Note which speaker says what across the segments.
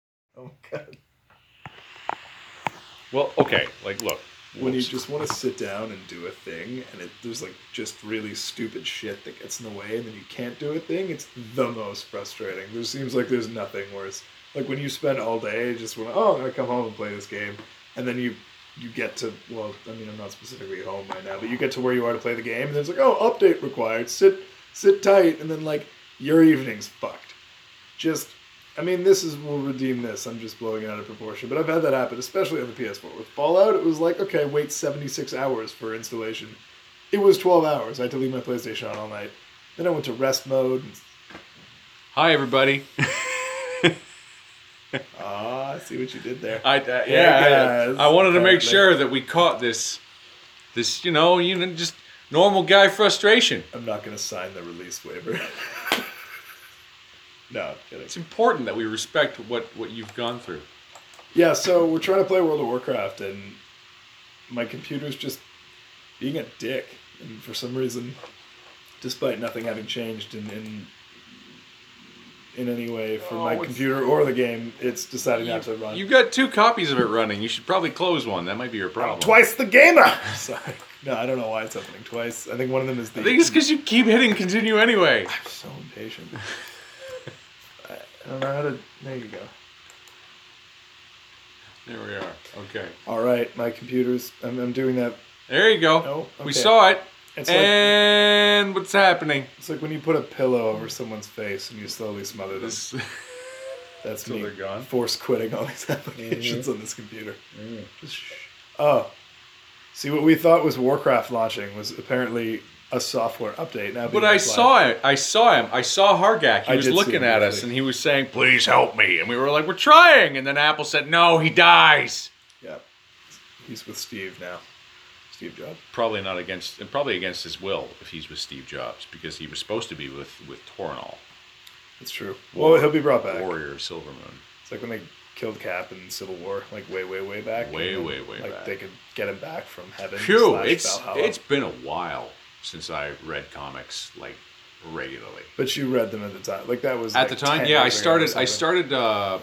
Speaker 1: Oh god.
Speaker 2: Well, okay. Like, look.
Speaker 1: When you
Speaker 2: whoops.
Speaker 1: just want to sit down and do a thing, and it, there's like just really stupid shit that gets in the way, and then you can't do a thing, it's the most frustrating. There seems like there's nothing worse. Like when you spend all day just want, oh, I'm gonna come home and play this game, and then you you get to well, I mean, I'm not specifically home right now, but you get to where you are to play the game, and then it's like, oh, update required. Sit sit tight, and then like your evening's fucked. Just I mean, this is will redeem this. I'm just blowing it out of proportion, but I've had that happen, especially on the PS4. With Fallout, it was like, okay, wait 76 hours for installation. It was 12 hours. I had to leave my PlayStation on all night. Then I went to rest mode. And,
Speaker 2: Hi, everybody.
Speaker 1: ah, I see what you did there.
Speaker 2: I, uh, yeah,
Speaker 1: guys.
Speaker 2: I, I wanted to make
Speaker 1: Apparently.
Speaker 2: sure that we caught this, this you know, you know, just normal guy frustration.
Speaker 1: I'm not gonna sign the release waiver. no, I'm kidding.
Speaker 2: It's important that we respect what what you've gone through.
Speaker 1: Yeah, so we're trying to play World of Warcraft, and my computer's just being a dick. And for some reason, despite nothing having changed in in, in any way for
Speaker 2: Oh,
Speaker 1: my
Speaker 2: it's-
Speaker 1: computer or the game, it's deciding not to run.
Speaker 2: You've got two copies of it running. You should probably close one. That might be your problem.
Speaker 1: twice the gamer. Sorry, no, I don't know why it's happening twice. I think one of them is the.
Speaker 2: I think it's because you keep hitting continue anyway.
Speaker 1: so impatient. I I don't know how to. There you go.
Speaker 2: There we are. Okay.
Speaker 1: All right, my computer's. I'm, I'm doing that.
Speaker 2: There you go.
Speaker 1: No,
Speaker 2: We
Speaker 1: Oh, okay.
Speaker 2: saw it.
Speaker 1: It's like-
Speaker 2: and what's happening?
Speaker 1: It's like when you put a pillow over someone's face and you slowly smother them.
Speaker 2: This,
Speaker 1: That's
Speaker 2: Till
Speaker 1: me
Speaker 2: they're gone.
Speaker 1: force quitting all these applications
Speaker 2: Mm-hmm.
Speaker 1: on this computer.
Speaker 2: Mm.
Speaker 1: Oh, see what we thought was Warcraft launching was apparently a software update. Now,
Speaker 2: but I saw it. I saw him. I saw Hargak. He
Speaker 1: I
Speaker 2: was
Speaker 1: did see
Speaker 2: looking
Speaker 1: him,
Speaker 2: at us
Speaker 1: actually.
Speaker 2: and he was saying, "Please help me." And we were like, "We're trying." And then Apple said, "No, he dies."
Speaker 1: Yeah, he's with Steve now. Steve Jobs.
Speaker 2: Probably not against. Probably against his will if he's with Steve Jobs because he was supposed to be with with Toronol,
Speaker 1: That's true. Well, he'll be brought back.
Speaker 2: Warrior of Silvermoon.
Speaker 1: It's like when they killed Cap in Civil War, like way, way, way back.
Speaker 2: Way,
Speaker 1: and
Speaker 2: way, way
Speaker 1: like
Speaker 2: back.
Speaker 1: They could get him back from heaven.
Speaker 2: Phew,
Speaker 1: slash
Speaker 2: it's
Speaker 1: Valhalla.
Speaker 2: it's been a while since I read comics like regularly.
Speaker 1: But you read them at the time. Like that was
Speaker 2: At
Speaker 1: like,
Speaker 2: the time,
Speaker 1: 10
Speaker 2: yeah, I
Speaker 1: years ago or
Speaker 2: started I
Speaker 1: something.
Speaker 2: started uh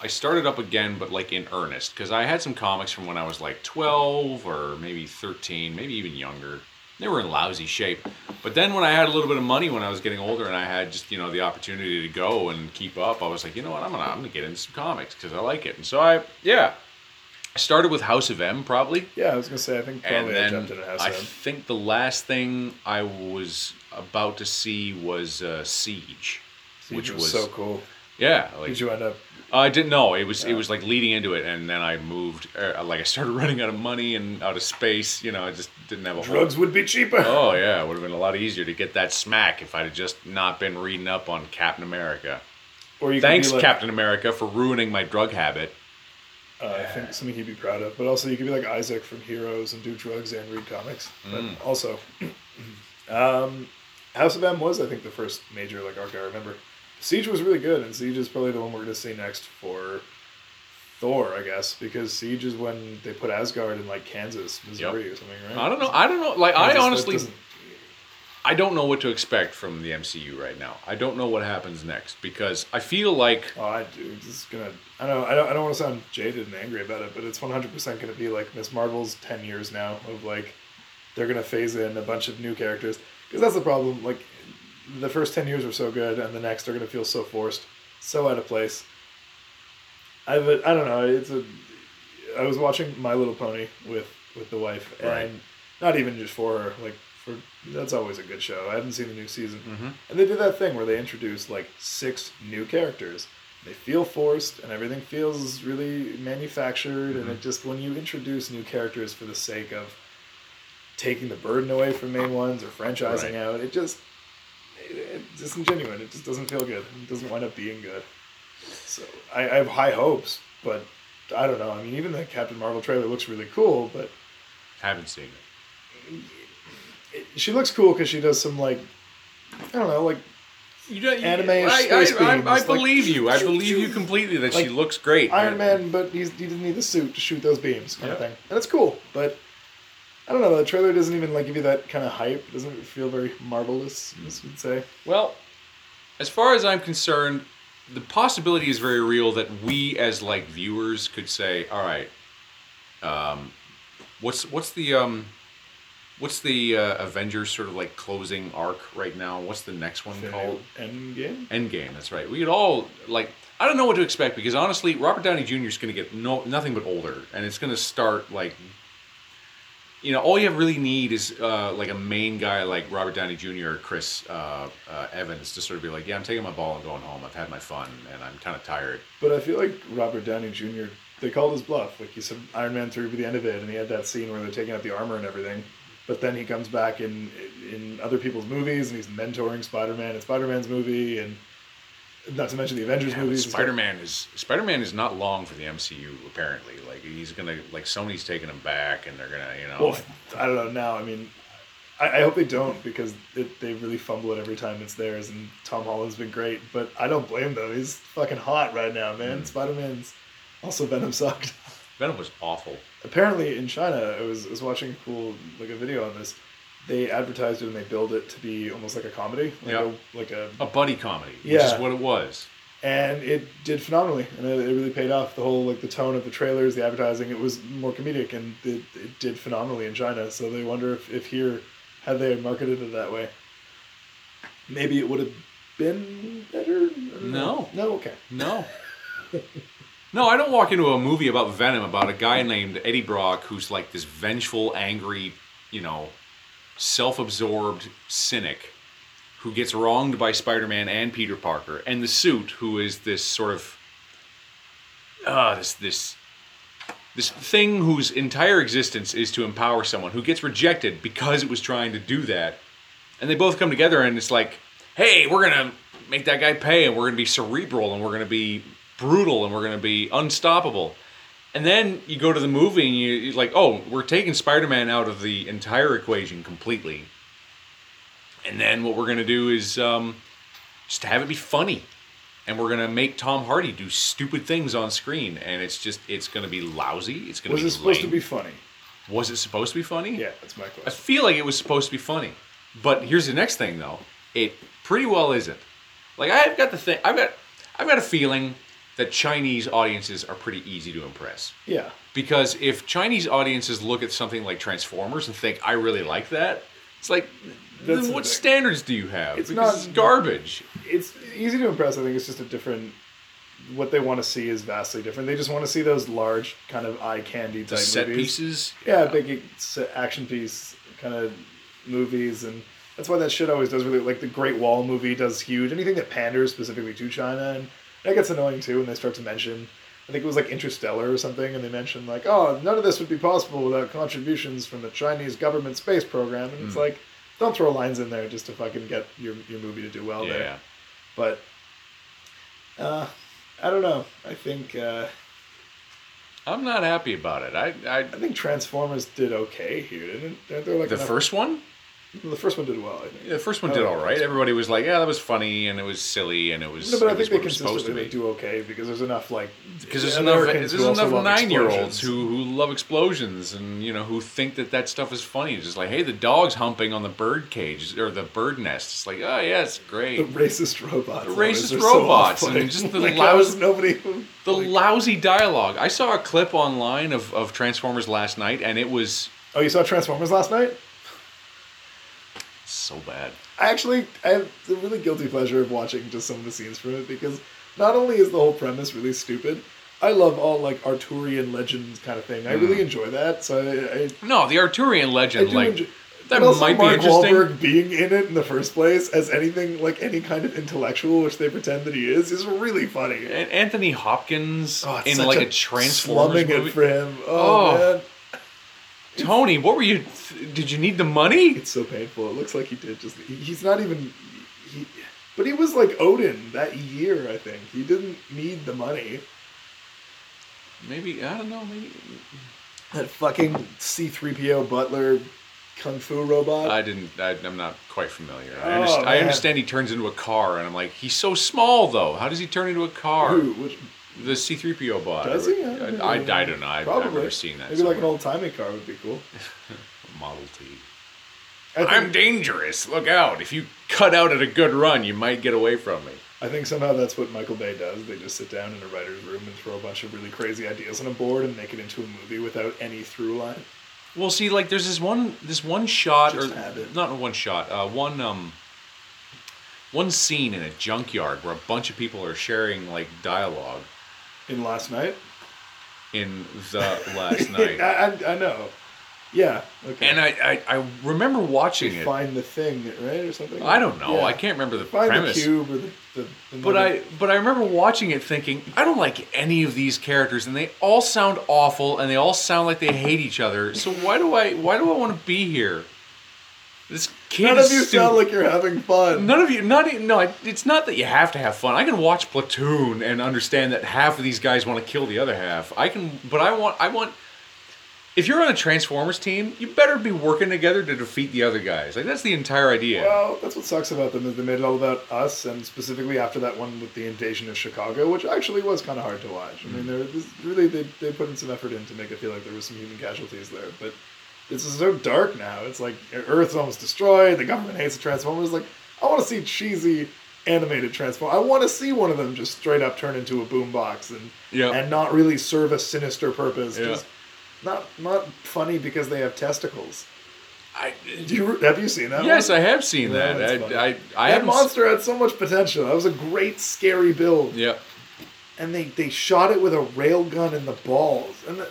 Speaker 2: I started up again but like in earnest cuz I had some comics from when I was like 12 or maybe 13, maybe even younger. They were in lousy shape. But then when I had a little bit of money when I was getting older and I had just, you know, the opportunity to go and keep up, I was like, "You know what? I'm going to I'm going to get into some comics cuz I like it." And so I yeah, I started with House of M probably
Speaker 1: Yeah, I was gonna say. I think
Speaker 2: and
Speaker 1: probably I
Speaker 2: then
Speaker 1: jumped in a house.
Speaker 2: I
Speaker 1: then.
Speaker 2: think the last thing I was about to see was uh, Siege, which
Speaker 1: Which
Speaker 2: was, Oh.
Speaker 1: was so cool.
Speaker 2: yeah. Like
Speaker 1: Did you end up?
Speaker 2: I didn't know it was it was like leading into it, and then I moved. Uh, like I started running out of money and out of space. You know, I just didn't have a whole-
Speaker 1: Drugs would be cheaper.
Speaker 2: Oh yeah, it would have been a lot easier to get that smack if I'd have just not been reading up on Captain America.
Speaker 1: or you could
Speaker 2: Thanks,
Speaker 1: be like,
Speaker 2: Captain America, for ruining my drug habit.
Speaker 1: uh, I think something he'd be proud of. But also, you could be like Isaac from Heroes and do drugs and read comics.
Speaker 2: Mm.
Speaker 1: But also, um, House of M was, I think, the first major like arc I remember. Siege was really good, and Siege is probably the one we're gonna see next for Thor, I guess, because Siege is when they put Asgard in like Kansas, Missouri, or something, right?
Speaker 2: I don't know. I don't know. Like I
Speaker 1: Kansas, that
Speaker 2: honestly.
Speaker 1: doesn't-
Speaker 2: I don't know what to expect from the MCU right now. I don't know what happens next because I feel like
Speaker 1: Oh, I do. This is gonna. I don't. I don't. I don't want to sound jaded and angry about it, but it's one hundred percent gonna be like Miss Marvel's ten years now of like, they're gonna phase in a bunch of new characters because that's the problem. Like, the first ten years were so good, and the next are gonna feel so forced, so out of place. I have. A, I don't know. It's a. I was watching My Little Pony with with the wife, and
Speaker 2: Right.
Speaker 1: not even just for her. Like for that's always a good show. I haven't seen the new season, and they did that thing where they introduce like six new characters. They feel forced, and everything feels really manufactured. And it just when you introduce new characters for the sake of taking the burden away from main ones or franchising
Speaker 2: Right.
Speaker 1: out, it just it, it isn't genuine. It just doesn't feel good. It doesn't wind up being good. So I, I have high hopes, but I don't know. I mean, even the Captain Marvel trailer looks really cool, but
Speaker 2: haven't seen it.
Speaker 1: she looks cool because she does some like I don't know, like
Speaker 2: You don't,
Speaker 1: Anime
Speaker 2: I,
Speaker 1: and space
Speaker 2: I, I,
Speaker 1: beams,
Speaker 2: I
Speaker 1: like-
Speaker 2: believe you. I believe you completely that she
Speaker 1: Like,
Speaker 2: looks great.
Speaker 1: Iron Man, but he's, he didn't need the suit to shoot those beams kind of
Speaker 2: Yeah.
Speaker 1: thing, and it's cool. But I don't know. The trailer doesn't even like give you that kind of hype. It doesn't feel very marvelous, as you'd say.
Speaker 2: Well, as far as I'm concerned, the possibility is very real that we as like viewers could say, all right, um, what's what's the um, what's the uh, Avengers sort of like closing arc right now? What's the next one called?
Speaker 1: Endgame.
Speaker 2: Endgame. That's right. We could all like. I don't know what to expect because honestly, Robert Downey Jr. is going to get no nothing but older, and it's going to start like. You know, all you really need is uh, like a main guy like Robert Downey Jr. or Chris uh, uh, Evans to sort of be like, yeah, I'm taking my ball and going home. I've had my fun, and I'm kind of tired.
Speaker 1: But I feel like Robert Downey Jr. They called his bluff. Like you said, Iron Man three would be the end of it, and he had that scene where they're taking out the armor and everything. But then he comes back in in other people's movies, and he's mentoring Spider Man in Spider Man's movie, and not to mention the Avengers
Speaker 2: Yeah, but
Speaker 1: movies.
Speaker 2: Spider-Man is Spider-Man is not long for the MCU apparently. Like he's gonna like Sony's taking him back, and they're gonna you know.
Speaker 1: Well,
Speaker 2: like-
Speaker 1: I don't know now. I mean, I, I hope they don't because it, they really fumble it every time it's theirs. And Tom Holland's been great, but I don't blame them. He's fucking hot right now, man. Spider Man's also Venom sucked.
Speaker 2: Venom was awful.
Speaker 1: Apparently, in China, I was, I was watching a cool like a video on this. They advertised it and they build it to be almost like a comedy, like
Speaker 2: Yeah.
Speaker 1: a, like a,
Speaker 2: A buddy comedy, which
Speaker 1: Yeah.
Speaker 2: is what it was.
Speaker 1: and it did phenomenally, and it, it really paid off. The whole like the tone of the trailers, the advertising, it was more comedic, and it, it did phenomenally in China. So they wonder if, if here, had they marketed it that way, maybe it would have been better. I don't know. no, okay.
Speaker 2: No. No, I don't walk into a movie about Venom about a guy named Eddie Brock who's like this vengeful, angry, you know, self absorbed cynic who gets wronged by Spider Man and Peter Parker, and the suit who is this sort of uh, this this this thing whose entire existence is to empower someone who gets rejected because it was trying to do that and they both come together and it's like hey we're gonna make that guy pay and we're gonna be cerebral and we're gonna be brutal and we're gonna be unstoppable and then you go to the movie and you, you're like oh we're taking spider-man out of the entire equation completely and then what we're gonna do is um, just have it be funny and we're gonna make tom hardy do stupid things on screen and it's just it's gonna be lousy it's gonna
Speaker 1: Was
Speaker 2: be
Speaker 1: it supposed to
Speaker 2: lame.
Speaker 1: be funny?
Speaker 2: was it supposed to be funny
Speaker 1: Yeah, that's my
Speaker 2: I
Speaker 1: question.
Speaker 2: feel like it was supposed to be funny, but here's the next thing though. It pretty well isn't. Like I've got the thing. I've got I've got a feeling that Chinese audiences are pretty easy to impress
Speaker 1: Yeah,
Speaker 2: because if Chinese audiences look at something like Transformers and think I really like that, it's like
Speaker 1: That's
Speaker 2: then
Speaker 1: the
Speaker 2: what
Speaker 1: thing.
Speaker 2: standards do you have?
Speaker 1: It's
Speaker 2: because
Speaker 1: not-
Speaker 2: it's garbage.
Speaker 1: it's easy to impress. I think it's just a different. What they want to see is vastly different. They just want to see those large kind of eye candy type
Speaker 2: Set
Speaker 1: movies.
Speaker 2: pieces.
Speaker 1: Yeah, big ex- action piece kind of movies, and that's why that shit always does really like the Great Wall movie does huge. Anything that panders specifically to China, and that gets annoying too when they start to mention. I think it was like Interstellar or something, and they mentioned like, oh, none of this would be possible without contributions from the Chinese government space program, and
Speaker 2: Hmm.
Speaker 1: it's like, don't throw lines in there just to fucking get your your movie to do well there
Speaker 2: Yeah.
Speaker 1: but uh, I don't know. I think uh,
Speaker 2: I'm not happy about it. I, I
Speaker 1: I think Transformers did okay here, didn't they? They're like
Speaker 2: the
Speaker 1: enough-
Speaker 2: first one.
Speaker 1: the first one did well. I think.
Speaker 2: The first one
Speaker 1: Oh,
Speaker 2: did
Speaker 1: yeah.
Speaker 2: all right. Everybody was like, "Yeah, that was funny, and it was silly, and it was."
Speaker 1: No, but I
Speaker 2: it was
Speaker 1: think they
Speaker 2: what it was supposed to
Speaker 1: consistently
Speaker 2: be."
Speaker 1: do okay because there's enough like
Speaker 2: because there's enough
Speaker 1: Americans
Speaker 2: there's
Speaker 1: who also
Speaker 2: enough
Speaker 1: love
Speaker 2: nine year olds
Speaker 1: explosions.
Speaker 2: who, who love explosions and you know who think that that stuff is funny. It's just like, hey, the dog's humping on the bird cage or the bird nest. It's like, oh yeah, it's
Speaker 1: the
Speaker 2: great.
Speaker 1: racist robots. The
Speaker 2: racist robots, and just the
Speaker 1: like,
Speaker 2: loud-
Speaker 1: how is nobody. who-
Speaker 2: The
Speaker 1: like-
Speaker 2: lousy dialogue. I saw a clip online of, of Transformers last night, and it was
Speaker 1: oh, you saw Transformers last night?
Speaker 2: so bad.
Speaker 1: I actually I have the really guilty pleasure of watching just some of the scenes from it because not only is the whole premise really stupid, I love all like Arturian legends kind of thing. I really enjoy that. So I, I,
Speaker 2: No, the Arturian
Speaker 1: I
Speaker 2: legend,
Speaker 1: do
Speaker 2: Mm. like
Speaker 1: enjoy.
Speaker 2: that
Speaker 1: but also
Speaker 2: might be
Speaker 1: Mark
Speaker 2: interesting.
Speaker 1: Wahlberg being in it in the first place as anything like any kind of intellectual, which they pretend that he is, is really funny.
Speaker 2: And Anthony Hopkins
Speaker 1: Oh, it's
Speaker 2: Eh, in
Speaker 1: such
Speaker 2: like a,
Speaker 1: a
Speaker 2: Transformers
Speaker 1: slumming
Speaker 2: movie.
Speaker 1: it for him. Oh,
Speaker 2: Oh.
Speaker 1: man,
Speaker 2: Tony, what were you? Th- did you need the money?
Speaker 1: it's so painful. It looks like he did just. he- he's not even. He, but he was like Odin that year. I think he didn't need the money.
Speaker 2: Maybe I don't know. Maybe
Speaker 1: That fucking C3PO butler kung fu robot.
Speaker 2: I didn't. I, I'm not quite familiar. I,
Speaker 1: Oh,
Speaker 2: underst- I
Speaker 1: man.
Speaker 2: understand he turns into a car, and I'm like, he's so small though. How does he turn into a car?
Speaker 1: Who? Which,
Speaker 2: The C-3PO bot.
Speaker 1: does he?
Speaker 2: I,
Speaker 1: don't
Speaker 2: I,
Speaker 1: know.
Speaker 2: I don't know. I,
Speaker 1: Probably.
Speaker 2: I've never seen that.
Speaker 1: Maybe like an old timey car would be cool.
Speaker 2: somewhere. Model T.
Speaker 1: I think-
Speaker 2: I'm dangerous. Look out! If you cut out at a good run, you might get away from me.
Speaker 1: I think somehow that's what Michael Bay does. They just sit down in a writer's room and throw a bunch of really crazy ideas on a board and make it into a movie without any through line.
Speaker 2: Well, see, like there's this one, this one shot,
Speaker 1: Just
Speaker 2: or
Speaker 1: have it.
Speaker 2: not one shot, uh, one um, one scene in a junkyard where a bunch of people are sharing like dialogue
Speaker 1: In Last Night?
Speaker 2: in the last night,
Speaker 1: I, I, I know. Yeah. Okay.
Speaker 2: and I, I I remember watching it.
Speaker 1: Find the thing, right? Or something?
Speaker 2: I don't know.
Speaker 1: Yeah.
Speaker 2: I can't remember the
Speaker 1: Find
Speaker 2: premise.
Speaker 1: the cube or the. the, the
Speaker 2: But
Speaker 1: number-
Speaker 2: I but I remember watching it thinking, I don't like any of these characters and they all sound awful and they all sound like they hate each other. So why do I why do I want to be here? This kid
Speaker 1: None
Speaker 2: is
Speaker 1: of you
Speaker 2: stupid.
Speaker 1: sound like you're having fun.
Speaker 2: None of you, not even, no, I- it's not that you have to have fun. I can watch Platoon and understand that half of these guys want to kill the other half. I can, but I want, I want, if you're on a Transformers team, you better be working together to defeat the other guys. Like, that's the entire idea.
Speaker 1: Well, that's what sucks about them is they made it all about us, and specifically after that one with the invasion of Chicago, which actually was kind of hard to watch. I
Speaker 2: Mm.
Speaker 1: mean, there this, really they they put in some effort in to make it feel like there was some human casualties there, but this is so dark now. It's like Earth's almost destroyed. The government hates the Transformers. Like I want to see cheesy animated Transformers. I want to see one of them just straight up turn into a boombox and
Speaker 2: Yep.
Speaker 1: and not really serve a sinister purpose.
Speaker 2: Yeah.
Speaker 1: Just not not funny because they have testicles.
Speaker 2: I,
Speaker 1: Do you, have you seen that?
Speaker 2: yes,
Speaker 1: one?
Speaker 2: I have seen
Speaker 1: Yeah, that's
Speaker 2: that.
Speaker 1: funny.
Speaker 2: I, I, I
Speaker 1: that
Speaker 2: haven't. s-
Speaker 1: monster had so much potential. That was a great, scary build.
Speaker 2: Yeah.
Speaker 1: And they, they shot it with a rail gun in the balls. And that,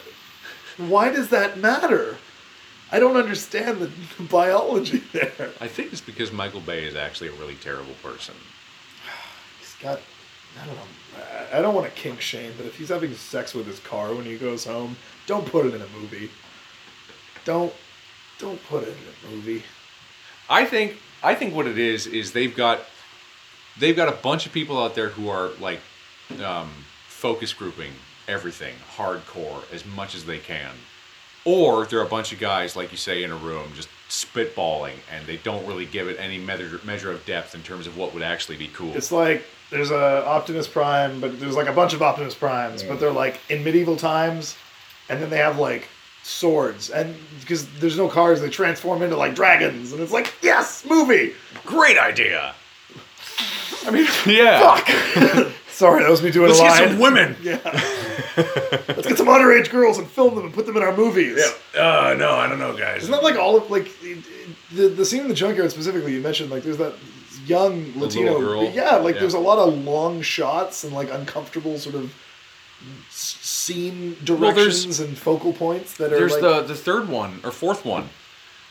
Speaker 1: why does that matter? I don't understand the biology there.
Speaker 2: I think it's because Michael Bay is actually a really terrible person.
Speaker 1: He's got, I don't know, I- I don't want to kink shame, but if he's having sex with his car when he goes home, don't put it in a movie. Don't, don't put it in a movie.
Speaker 2: I think I think what it is is they've got they've got a bunch of people out there who are like um, focus grouping everything hardcore as much as they can, or there are a bunch of guys like you say in a room just spitballing and they don't really give it any measure measure of depth in terms of what would actually be cool.
Speaker 1: It's like there's a Optimus Prime, but there's like a bunch of Optimus Primes, but they're like in medieval times, and then they have like swords, and because there's no cars, they transform into like dragons, and it's like yes, movie.
Speaker 2: Great idea.
Speaker 1: I mean,
Speaker 2: Yeah.
Speaker 1: fuck. Sorry, that was me doing
Speaker 2: Let's
Speaker 1: a
Speaker 2: get
Speaker 1: line.
Speaker 2: some women.
Speaker 1: Yeah. Let's get some underage girls and film them and put them in our movies.
Speaker 2: Uh, no, I don't know, guys.
Speaker 1: Isn't that like all of like the the scene in the junkyard specifically? You mentioned like there's that young Latino
Speaker 2: girl.
Speaker 1: Yeah, like
Speaker 2: Yeah.
Speaker 1: there's a lot of long shots and like uncomfortable sort of s- scene
Speaker 2: Well, there's-
Speaker 1: directions and focal points that are
Speaker 2: There's
Speaker 1: like,
Speaker 2: the the third one or fourth one,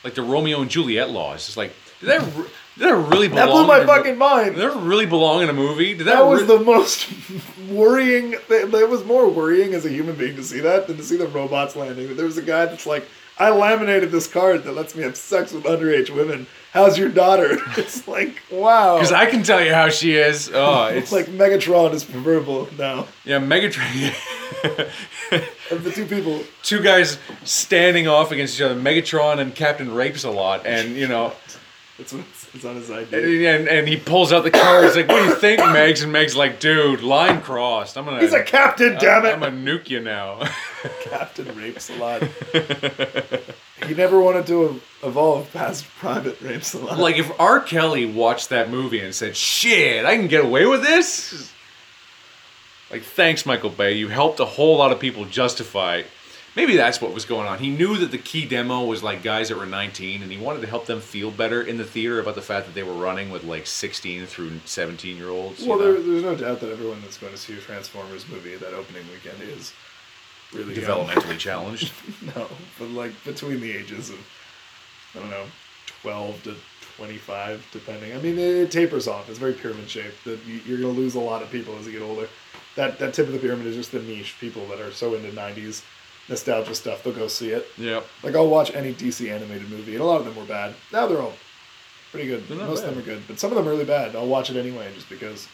Speaker 2: like the Romeo and Juliet law. It's just like did that re- did that really belong?
Speaker 1: that blew my
Speaker 2: in a mo-
Speaker 1: fucking mind.
Speaker 2: Did that really belong in a movie? Did that,
Speaker 1: That was
Speaker 2: re-
Speaker 1: the most worrying. That that was more worrying as a human being to see that than to see the robots landing. There was a guy that's like, "I laminated this card that lets me have sex with underage women. How's your daughter?" It's like, wow.
Speaker 2: because I can tell you how she is. Oh,
Speaker 1: It's
Speaker 2: it's
Speaker 1: like Megatron is proverbial now.
Speaker 2: yeah, Megatron.
Speaker 1: Of the two people,
Speaker 2: Two guys standing off against each other. Megatron and Captain Rapes a lot, and you know,
Speaker 1: it's, it's, it's on his
Speaker 2: and,
Speaker 1: idea.
Speaker 2: and, and he pulls out the card. He's like, "What do you think, Megs?" And Megs like, "Dude, line crossed. I'm gonna.
Speaker 1: He's a captain, damn it!
Speaker 2: I'm gonna nuke you now."
Speaker 1: captain rapes a lot. he never wanted to ev- evolve past private rapes a lot.
Speaker 2: Like if R. Kelly watched that movie and said, "Shit, I can get away with this," like thanks, Michael Bay, you helped a whole lot of people justify. Maybe that's what was going on. He knew that the key demo was like guys that were 19, and he wanted to help them feel better in the theater about the fact that they were running with like 16 through 17 year olds.
Speaker 1: well, there, there's no doubt that everyone that's going to see a Transformers movie that opening weekend is really young.
Speaker 2: developmentally challenged.
Speaker 1: No, but like between the ages of I don't know, twelve to twenty-five, depending. I mean, it, it tapers off. It's very pyramid shaped. That you, you're going to lose a lot of people as you get older. That that tip of the pyramid is just the niche people that are so into '90s nostalgia stuff. They'll go see it.
Speaker 2: Yep.
Speaker 1: Like I'll watch any DC animated movie, and a lot of them were bad. Now they're all pretty good.
Speaker 2: not
Speaker 1: Most of them
Speaker 2: bad.
Speaker 1: are good, but some of them are really bad. I'll watch it anyway just because.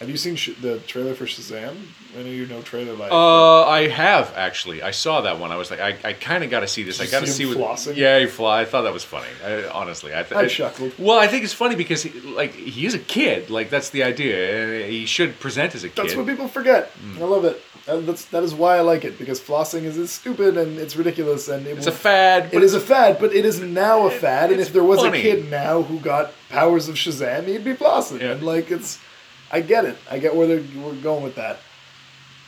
Speaker 1: Have you seen sh- the trailer for Shazam? I know you know trailer like.
Speaker 2: Uh, I have actually. I saw that one. I was like, I, I kind of got to see this.
Speaker 1: Did
Speaker 2: I
Speaker 1: you
Speaker 2: got to
Speaker 1: see
Speaker 2: see,
Speaker 1: him
Speaker 2: what.
Speaker 1: flossing?
Speaker 2: Yeah, he fly. I thought that was funny. I, honestly, I, th-
Speaker 1: I chuckled.
Speaker 2: Well, I think it's funny because he, like he is a kid. Like that's the idea. and He should present as a kid. Mm.
Speaker 1: That's what people forget. I love it. And that's that is why I like it because flossing is, is stupid and it's ridiculous and it
Speaker 2: it's a
Speaker 1: will-
Speaker 2: fad.
Speaker 1: It
Speaker 2: but-
Speaker 1: is a fad, but it is now a fad. And
Speaker 2: it's
Speaker 1: if there was
Speaker 2: funny.
Speaker 1: a kid now who got powers of Shazam, he'd be flossing.
Speaker 2: Yeah.
Speaker 1: And like it's I get it. I get where they're we're going with that.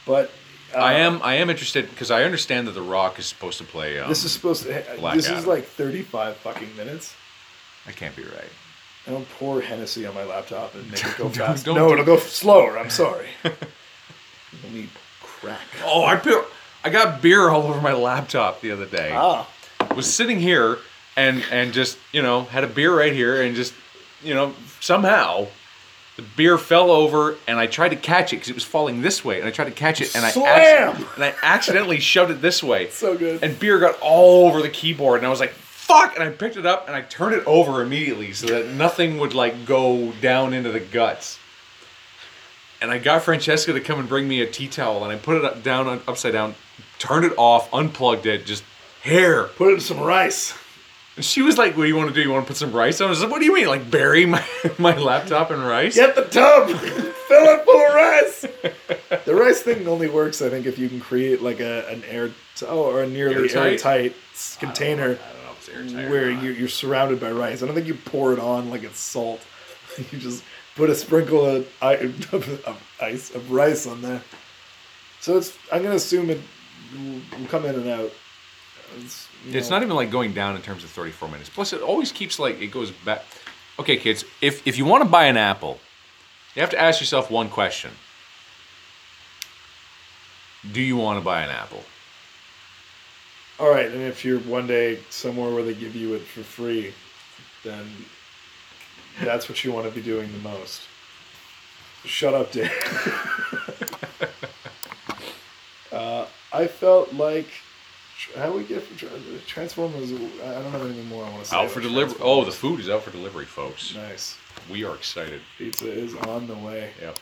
Speaker 1: But uh,
Speaker 2: I am I am interested because I understand that The Rock is supposed to play. Um,
Speaker 1: This is supposed to. eh,
Speaker 2: Black
Speaker 1: this is
Speaker 2: Adam.
Speaker 1: like thirty-five fucking minutes.
Speaker 2: that can't be right.
Speaker 1: I don't pour Hennessy on my laptop and make it go
Speaker 2: Don't-
Speaker 1: fast.
Speaker 2: don't
Speaker 1: no,
Speaker 2: do-
Speaker 1: it'll go slower. I'm sorry. Let me crack.
Speaker 2: Oh, I put I got beer all over my laptop the other day.
Speaker 1: Ah,
Speaker 2: was sitting here and and just you know had a beer right here and just you know somehow the beer fell over and I tried to catch it because it was falling this way and I tried to catch it and I
Speaker 1: Slam!
Speaker 2: acci- and I accidentally shoved it this way
Speaker 1: so good.
Speaker 2: and beer got all over the keyboard and I was like fuck and I picked it up and I turned it over immediately so that nothing would like go down into the guts. And I got Francesca to come and bring me a tea towel and I put it up, down on- upside down, turned it off, unplugged it, just hair
Speaker 1: Put it in some rice.
Speaker 2: and she was like, "What do you want to do? You want to put some rice on?" I was like, "What do you mean? Like bury my, my laptop in rice?"
Speaker 1: Get the tub. Fill it full of rice. the rice thing only works, I think, if you can create like a an air oh or a nearly
Speaker 2: Airtight.
Speaker 1: airtight, s- container
Speaker 2: I don't know if it's airtight or
Speaker 1: where
Speaker 2: not.
Speaker 1: you, you're surrounded by rice. I don't think you pour it on like it's salt. You just put a sprinkle of, i- of, of ice of rice on there. So it's. I'm gonna assume it will will come in and out. It's, you
Speaker 2: It's
Speaker 1: know,
Speaker 2: not even like going down in terms of 34 minutes. Plus, it always keeps like it goes back. Okay, kids, if if you want to buy an apple, you have to ask yourself one question: Do you want to buy an apple?
Speaker 1: All right, and if you're one day somewhere where they give you it for free, then that's what you want to be doing the most. Shut up, Dave. uh, I felt like how we get from Tra- Transformers. I don't have anything more I want to say.
Speaker 2: Out for
Speaker 1: about
Speaker 2: delivery. Oh, the
Speaker 1: Transformers.
Speaker 2: food is out for delivery, folks.
Speaker 1: nice
Speaker 2: We are excited.
Speaker 1: pizza is on the way.
Speaker 2: Yeah.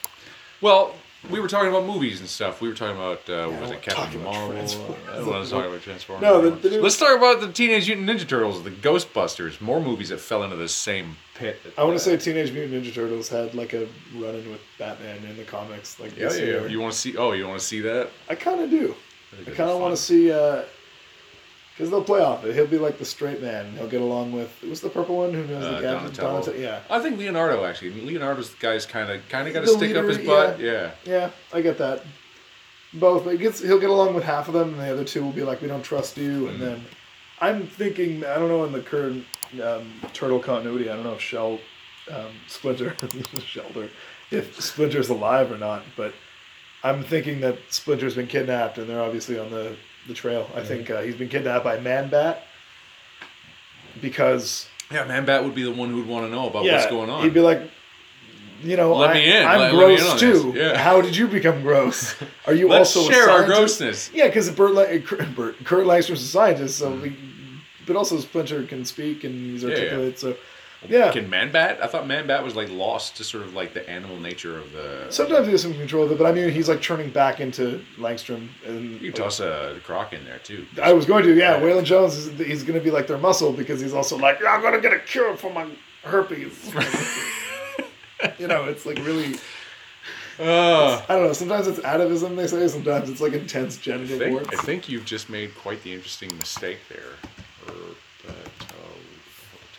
Speaker 2: Well, we were talking about movies and stuff. We were talking about uh, what was
Speaker 1: don't
Speaker 2: it,
Speaker 1: wanna talk
Speaker 2: Captain
Speaker 1: about
Speaker 2: Marvel?
Speaker 1: Transformers.
Speaker 2: I don't want to talk about Transformers.
Speaker 1: No, the- the new-
Speaker 2: let's talk about the Teenage Mutant Ninja Turtles, the Ghostbusters. More movies that fell into the same pit. that-
Speaker 1: I want to say Teenage Mutant Ninja Turtles had like a run-in with Batman in the comics, like
Speaker 2: yeah,
Speaker 1: this
Speaker 2: yeah, yeah.
Speaker 1: year.
Speaker 2: You want to see? Oh, you want to see that?
Speaker 1: I kind of do.
Speaker 2: That'd
Speaker 1: I
Speaker 2: be
Speaker 1: kind of
Speaker 2: fun.
Speaker 1: want to see because they'll play off it. He'll be like the straight man. and He'll get along with who's the purple one who knows
Speaker 2: Uh,
Speaker 1: the gadget.
Speaker 2: Donatello.
Speaker 1: Donatello. Yeah,
Speaker 2: I think Leonardo actually. Leonardo's the guy's kind of kind of got to
Speaker 1: The
Speaker 2: stick up
Speaker 1: leader,
Speaker 2: his butt. Yeah.
Speaker 1: yeah, I get that. Both, but he gets, he'll get along with half of them, and the other two will be like, "We don't trust you." And then I'm thinking, I don't know, in the current um, turtle continuity, I don't know if Shell um, Splinter Shelter, if Splinter's alive or not, but I'm thinking that Splinter's been kidnapped, and they're obviously on the the trail. I think uh, he's been kidnapped by Man Bat because
Speaker 2: yeah, Man Bat would be the one who would want to know about
Speaker 1: yeah,
Speaker 2: what's going on.
Speaker 1: He'd be like, you know,
Speaker 2: Let
Speaker 1: I,
Speaker 2: me in.
Speaker 1: I'm
Speaker 2: Let- let me in
Speaker 1: gross
Speaker 2: on
Speaker 1: too.
Speaker 2: this. Yeah.
Speaker 1: How did you become gross? Are you
Speaker 2: Let's
Speaker 1: also
Speaker 2: share
Speaker 1: a
Speaker 2: our
Speaker 1: scientist?
Speaker 2: grossness.
Speaker 1: Yeah, because Bert, Le- Kurt, Bert, Kurt Langstrom's a scientist, so we, but also Splinter can speak and he's
Speaker 2: Yeah, yeah.
Speaker 1: articulate. So yeah,
Speaker 2: Can Man Bat? I thought Man Bat was like lost to sort of like the animal nature of the.
Speaker 1: sometimes he has some control of it, but I mean, he's like turning back into Langstrom. And
Speaker 2: you could toss a croc in there too.
Speaker 1: I was going to, yeah. Waylon Jones is he's going to be like their muscle because he's also like, I'm going to get a cure for my herpes. you know, it's like really.
Speaker 2: Uh,
Speaker 1: I don't know. Sometimes it's atavism, they say. Sometimes it's like intense genital
Speaker 2: I think,
Speaker 1: warts.
Speaker 2: I think you've just made quite the interesting mistake there.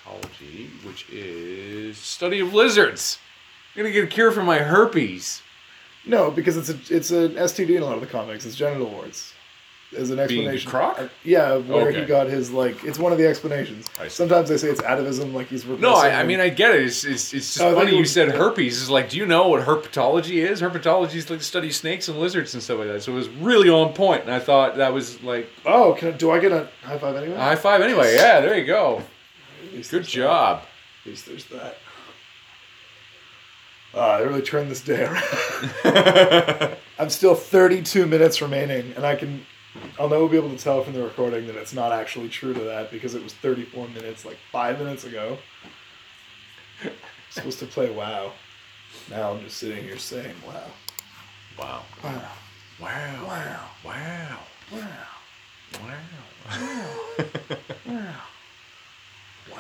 Speaker 2: Herpetology, which is study of lizards. I'm gonna get a cure for my herpes.
Speaker 1: No, because it's a it's an STD in a lot of the comics. It's genital warts. As an
Speaker 2: Being
Speaker 1: explanation. Uh,
Speaker 2: croc?
Speaker 1: Yeah, of where he
Speaker 2: Okay.
Speaker 1: got his like. It's one of the explanations.
Speaker 2: I see.
Speaker 1: Sometimes they say it's atavism, like he's repressing.
Speaker 2: No, I, I mean I get it. It's it's, it's just
Speaker 1: Oh, I thought
Speaker 2: funny
Speaker 1: you
Speaker 2: you
Speaker 1: were-
Speaker 2: said herpes. It's like, do you know what herpetology is? Herpetology is like to study snakes and lizards and stuff like that. So it was really on point, and I thought that was like
Speaker 1: oh, can I, do I get a high five anyway?
Speaker 2: a high five. Anyway, yeah, there you go.
Speaker 1: At least
Speaker 2: Good
Speaker 1: there's
Speaker 2: job.
Speaker 1: that. At least there's that. Ah, they really turned this day around. I'm still 32 minutes remaining, and I can, I'll never be able to tell from the recording that it's not actually true to that because it was 34 minutes like five minutes ago. supposed to play WoW. Now I'm just sitting here saying WoW.
Speaker 2: Wow.
Speaker 1: Wow.
Speaker 2: Wow.
Speaker 1: Wow.
Speaker 2: Wow.
Speaker 1: Wow.
Speaker 2: Wow.
Speaker 1: Wow. Wow.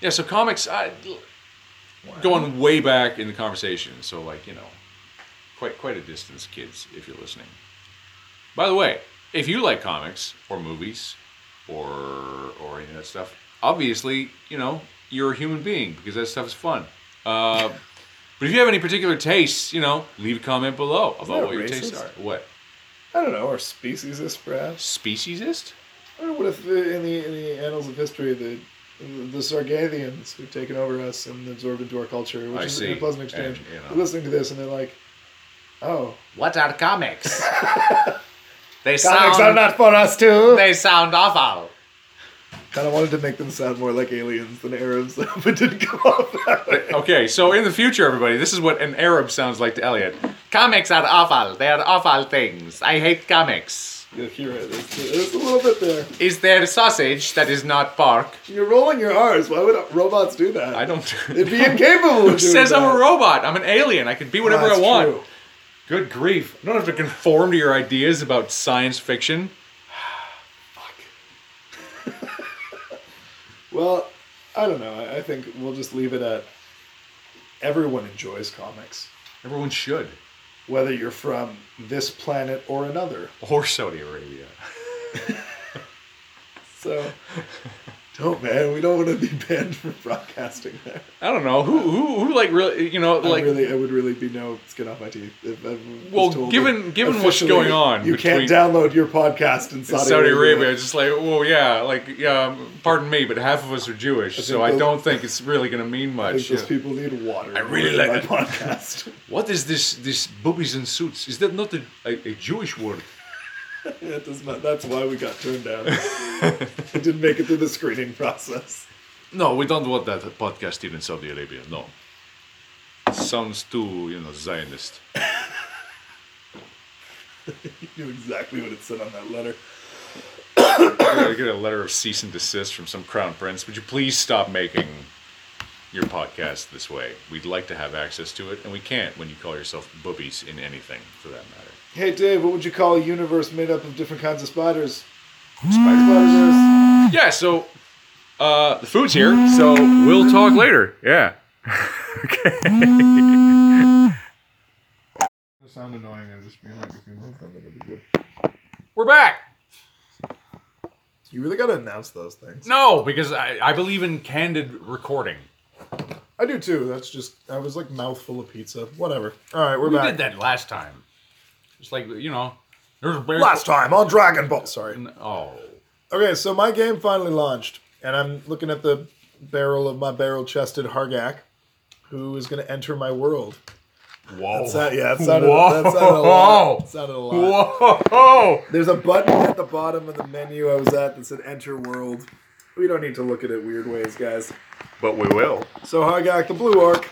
Speaker 2: Yeah, so comics, I,
Speaker 1: Wow.
Speaker 2: going way back in the conversation. So like you know, quite quite a distance, kids, if you're listening. By the way, if you like comics or movies or or any of that stuff, obviously you know you're a human being because that stuff is fun. Uh, But if you have any particular tastes, you know, leave a comment below about
Speaker 1: that
Speaker 2: what your
Speaker 1: racist?
Speaker 2: tastes are. What
Speaker 1: I don't know, or speciesist perhaps.
Speaker 2: speciesist?
Speaker 1: I don't know what if the, in the in the annals of history the the Sargathians who've taken over us and absorbed into our culture, which
Speaker 2: I
Speaker 1: is
Speaker 2: see.
Speaker 1: a pleasant exchange.
Speaker 2: And, you know.
Speaker 1: They're listening to this and they're like, "Oh,
Speaker 3: What are comics? they
Speaker 1: comics are
Speaker 3: sound
Speaker 1: not for us too."
Speaker 3: they sound awful.
Speaker 1: Kind of wanted to make them sound more like aliens than Arabs, but it didn't come off that way.
Speaker 2: Okay, so in the future, everybody, this is what an Arab sounds like to Elliot.
Speaker 3: Comics are awful. They are awful things. I hate comics.
Speaker 1: You'll hear it. It's, it's a little bit there.
Speaker 3: Is there sausage that is not pork?
Speaker 1: You're rolling your R's. Why would robots do that?
Speaker 2: I don't.
Speaker 1: They'd be incapable.
Speaker 2: Who
Speaker 1: of doing
Speaker 2: says
Speaker 1: that.
Speaker 2: I'm a robot? I'm an alien. I can be whatever
Speaker 1: That's
Speaker 2: I want.
Speaker 1: true.
Speaker 2: Good grief! I don't have to conform to your ideas about science fiction.
Speaker 1: Well, I don't know. I, I think we'll just leave it at everyone enjoys comics,
Speaker 2: Everyone should.
Speaker 1: whether you're from this planet or another.
Speaker 2: Or Saudi Arabia.
Speaker 1: So, don't, man. We don't want to be banned from broadcasting there.
Speaker 2: I don't know who who who like really you know like
Speaker 1: I really, it would really be no skin off my teeth. If I was
Speaker 2: Well,
Speaker 1: told
Speaker 2: given-
Speaker 1: that
Speaker 2: given what's
Speaker 1: officially
Speaker 2: going on
Speaker 1: you can't
Speaker 2: between-
Speaker 1: download your podcast in Saudi,
Speaker 2: Saudi, Arabia. Just like well yeah like yeah pardon me but half of us are Jewish so I
Speaker 1: those-
Speaker 2: don't think it's really gonna mean
Speaker 1: I think
Speaker 2: much.
Speaker 1: those people need water.
Speaker 2: I really
Speaker 1: my
Speaker 2: like
Speaker 1: podcast.
Speaker 2: What is this this boobies and suits? Is that not a, a, a Jewish word?
Speaker 1: That does not, that's why we got turned down. it didn't make it through the screening process.
Speaker 2: No, we don't want that podcast here in Saudi Arabia. No, sounds too you know Zionist.
Speaker 1: You knew exactly what it said on that letter.
Speaker 2: I get a letter of cease and desist from some crown prince. Would you please stop making your podcast this way? We'd like to have access to it, and we can't when you call yourself boobies in anything, for that matter.
Speaker 1: Hey, Dave, what would you call a universe made up of different kinds of spiders? Spiders.
Speaker 2: Spider-Verse. Yeah. So uh, the food's here, so we'll talk later. Yeah.
Speaker 1: sound annoying. I just feel like if you move them, it'd be good.
Speaker 2: We're back.
Speaker 1: You really gotta announce those things.
Speaker 2: No, because I, I believe in candid recording.
Speaker 1: I do too. That's just I was like mouthful of pizza. Whatever. All right, we're
Speaker 2: We
Speaker 1: back.
Speaker 2: did that last time. It's like you know, there's a bear.
Speaker 1: Last time on Dragon Ball. Sorry.
Speaker 2: Oh,
Speaker 1: Okay, so my game finally launched, and I'm looking at the barrel of my barrel-chested Hargak, who is gonna enter my world.
Speaker 2: whoa,
Speaker 1: That, yeah, that sounded,
Speaker 2: Whoa.
Speaker 1: that sounded a lot. That sounded a lot.
Speaker 2: whoa.
Speaker 1: There's a button at the bottom of the menu I was at that said enter world. We don't need to look at it weird ways, guys.
Speaker 2: But we will.
Speaker 1: So Hargak the Blue Orc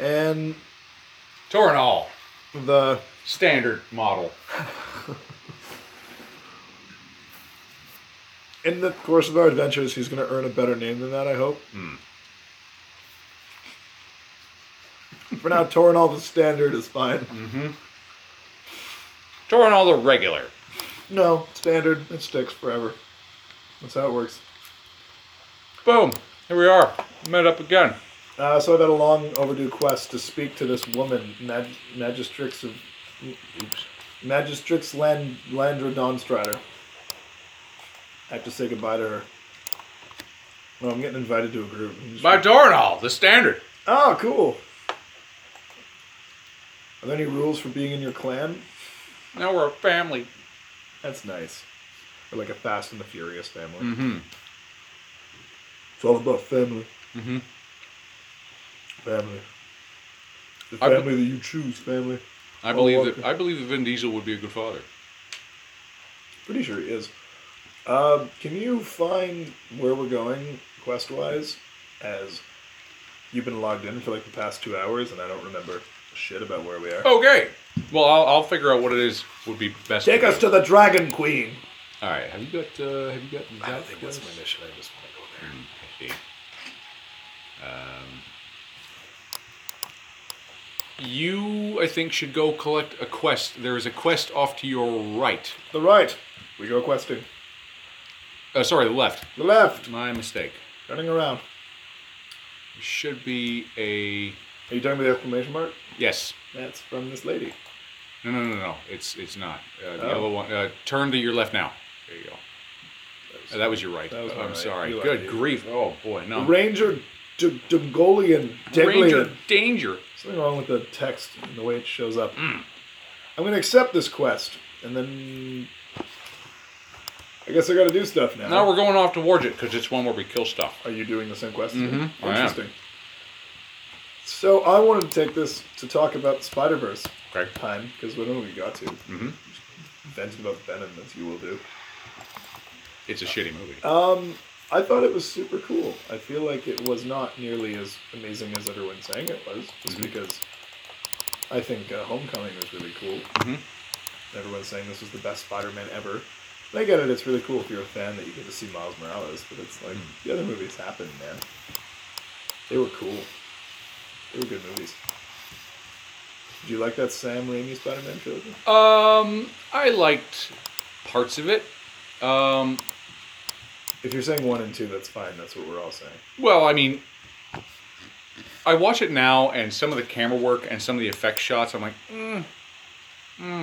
Speaker 1: and
Speaker 2: Torinol.
Speaker 1: the
Speaker 2: standard model.
Speaker 1: in the course of our adventures he's gonna earn a better name than that, I hope. For now, Torinol the Standard is fine.
Speaker 2: Torinol the regular.
Speaker 1: No, Standard, it sticks forever. That's how it works.
Speaker 2: Boom. Here we are. Met up again.
Speaker 1: Uh, so I've had a long overdue quest to speak to this woman, Mag- Magistrix of, oops, Magistrix Land- Landra Dawnstrider. I have to say goodbye to her. Well, I'm getting invited to a group.
Speaker 2: By Torinol, the standard.
Speaker 1: Oh, cool. Are there any rules for being in your clan?
Speaker 2: Now we're a family.
Speaker 1: That's nice. We're like a Fast and the Furious family. It's all about family.
Speaker 2: Mhm.
Speaker 1: Family. The
Speaker 2: I be-
Speaker 1: family that you choose, family.
Speaker 2: I
Speaker 1: Oh,
Speaker 2: believe
Speaker 1: okay.
Speaker 2: that I believe that Vin Diesel would be a good father.
Speaker 1: Pretty sure he is. Um, can you find where we're going quest wise? As you've been logged in for like the past two hours, and I don't remember shit about where we are.
Speaker 2: Okay. Well, I'll, I'll figure out what it is would be best.
Speaker 1: Take
Speaker 2: do.
Speaker 1: us to the Dragon Queen.
Speaker 2: All right. Have you got? Uh, have you got?
Speaker 1: I don't
Speaker 2: that
Speaker 1: think that's
Speaker 2: quest?
Speaker 1: my mission. I just want to go there.
Speaker 2: Okay. Hmm. Um, you, I think, should go collect a quest. There is a quest off to your right.
Speaker 1: The right. We go questing.
Speaker 2: Uh, sorry, the left.
Speaker 1: The left.
Speaker 2: My mistake.
Speaker 1: Running around.
Speaker 2: Should be a
Speaker 1: Are you talking about the exclamation mark?
Speaker 2: yes.
Speaker 1: That's from this lady.
Speaker 2: No, no, no, no. It's it's not. Uh, the
Speaker 1: Oh.
Speaker 2: yellow one. Uh, turn to your left now. There you go. Uh, That was your right.
Speaker 1: That was my
Speaker 2: I'm
Speaker 1: right.
Speaker 2: sorry.
Speaker 1: You
Speaker 2: Good
Speaker 1: lefty.
Speaker 2: grief. Oh boy, no.
Speaker 1: Ranger D- Dungolian,
Speaker 2: Ranger
Speaker 1: Deglian.
Speaker 2: danger.
Speaker 1: Something wrong with the text and the way it shows up.
Speaker 2: Hmm.
Speaker 1: I'm going to accept this quest, and then I guess I got to do stuff now.
Speaker 2: Now we're going off towards it because it's one where we kill stuff.
Speaker 1: Are you doing the same quest?
Speaker 2: Mhm, I am.
Speaker 1: Interesting. So I wanted to take this to talk about Spider Verse
Speaker 2: Okay.
Speaker 1: time because what we got to? Mm-hmm. Vent about Venom as you will do.
Speaker 2: It's a
Speaker 1: Oh.
Speaker 2: shitty movie.
Speaker 1: Um, I thought it was super cool. I feel like it was not nearly as amazing as everyone's saying it was,
Speaker 2: Mm-hmm.
Speaker 1: just because I think uh, Homecoming was really cool.
Speaker 2: Mhm.
Speaker 1: Everyone's saying this was the best Spider-Man ever. And I get it. It's really cool if you're a fan that you get to see Miles Morales, but it's like
Speaker 2: Mm.
Speaker 1: the other movies happened, man. They were cool. They were good movies. Did you like that Sam Raimi Spider-Man trilogy?
Speaker 2: Um, I liked parts of it. Um,
Speaker 1: If you're saying one and two, that's fine. That's what we're all saying.
Speaker 2: well, I mean, I watch it now, and some of the camera work and some of the effect shots, I'm like, mm, mm.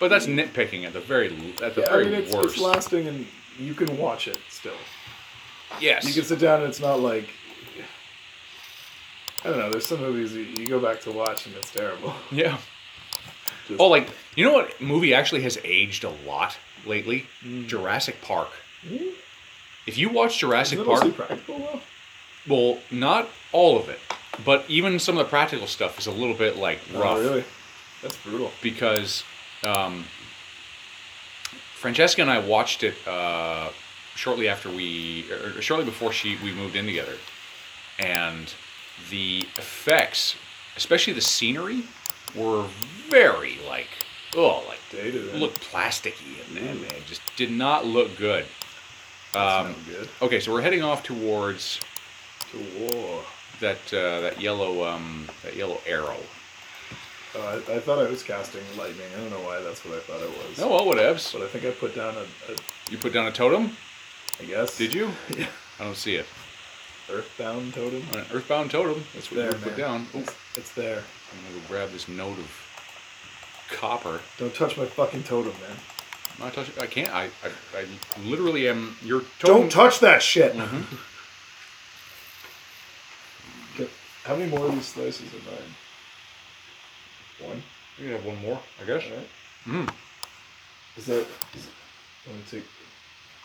Speaker 2: But that's nitpicking at the very l- at the
Speaker 1: Mm. Yeah, I
Speaker 2: very
Speaker 1: mean, it's,
Speaker 2: worst.
Speaker 1: it's lasting, and you can watch it still.
Speaker 2: yes.
Speaker 1: You can sit down, and it's not like I don't know. There's some movies you, you go back to watch, and it's terrible.
Speaker 2: yeah.
Speaker 1: Just-
Speaker 2: Oh, like you know what movie actually has aged a lot lately?
Speaker 1: Hmm.
Speaker 2: Jurassic Park. If you watch
Speaker 1: Is it
Speaker 2: Jurassic Park,
Speaker 1: mostly practical though?
Speaker 2: well, not all of it, but even some of the practical stuff is a little bit like rough
Speaker 1: Oh, really? That's brutal.
Speaker 2: because um, Francesca and I watched it uh, shortly after we, or shortly before she we moved in together, and the effects, especially the scenery, were very like oh like
Speaker 1: Dated. eh?
Speaker 2: looked plasticky and, and it just did not look good.
Speaker 1: That's
Speaker 2: Um,
Speaker 1: not good.
Speaker 2: okay, so we're heading off towards
Speaker 1: To war.
Speaker 2: that uh, that yellow um, that yellow arrow.
Speaker 1: Oh, I, I thought I was casting lightning. I don't know why that's what I thought it was.
Speaker 2: Oh well, whatevs.
Speaker 1: But I think I put down a, a
Speaker 2: You put down a totem?
Speaker 1: I guess.
Speaker 2: Did you?
Speaker 1: Yeah.
Speaker 2: I don't see it.
Speaker 1: Earthbound totem.
Speaker 2: An earthbound totem. That's what
Speaker 1: There,
Speaker 2: you put
Speaker 1: man.
Speaker 2: down. Ooh,
Speaker 1: It's, it's there.
Speaker 2: I'm gonna go grab this note of copper.
Speaker 1: Don't touch my fucking totem, man.
Speaker 2: No, I, touch, I can't. I, I, I literally am. Your totem. Mm-hmm.
Speaker 1: Don't touch that shit. Okay, How many more of these slices are mine? One.
Speaker 2: You can have one more, I guess.
Speaker 1: All right.
Speaker 2: Mm.
Speaker 1: Is that? Is, let me take.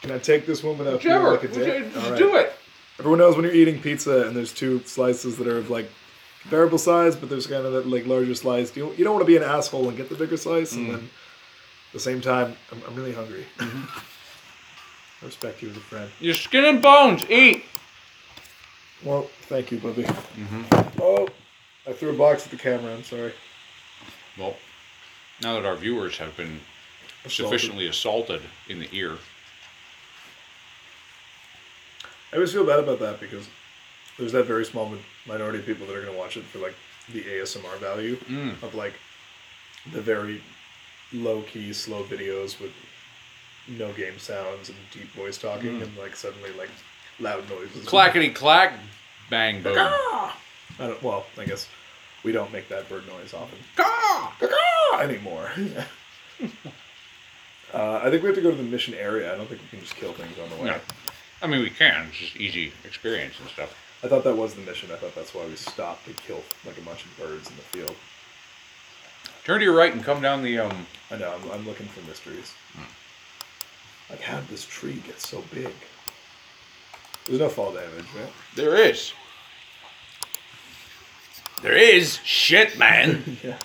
Speaker 1: Can I take this one without feeling
Speaker 2: Whichever.
Speaker 1: like a dick?
Speaker 2: Which-
Speaker 1: All right.
Speaker 2: Do it.
Speaker 1: Everyone knows when you're eating pizza and there's two slices that are of like comparable size, but there's kind of that like larger slice. You you don't want to be an asshole and get the bigger slice,
Speaker 2: Mm.
Speaker 1: and then at the same time, I'm, I'm really hungry.
Speaker 2: Mm-hmm.
Speaker 1: I respect you as a friend.
Speaker 2: Your skin and bones. Eat.
Speaker 1: Well, thank you, Bubby. Oh, I threw a box at the camera. I'm sorry.
Speaker 2: Well, now that our viewers have been
Speaker 1: Assaulted.
Speaker 2: sufficiently assaulted in the ear,
Speaker 1: I always feel bad about that because there's that very small mi- minority of people that are going to watch it for like the ASMR value
Speaker 2: Mm.
Speaker 1: of like the very low key, slow videos with no game sounds and deep voice talking and like suddenly like loud noises. Ah!
Speaker 2: clackety clack, bang boom.
Speaker 1: I don't, well, I guess we don't make that bird noise often
Speaker 2: Caw.
Speaker 1: Ah, anymore. uh, I think we have to go to the mission area. I don't think we can just kill things on the way.
Speaker 2: No. I mean, we can. It's just easy experience and stuff.
Speaker 1: I thought that was the mission. I thought that's why we stopped to kill like a bunch of birds in the field.
Speaker 2: Turn to your right and come down the um.
Speaker 1: I know. I'm, I'm looking for mysteries. Like, how did this tree get so big? There's no fall damage, right?
Speaker 2: There is. There is shit, man.
Speaker 1: yeah.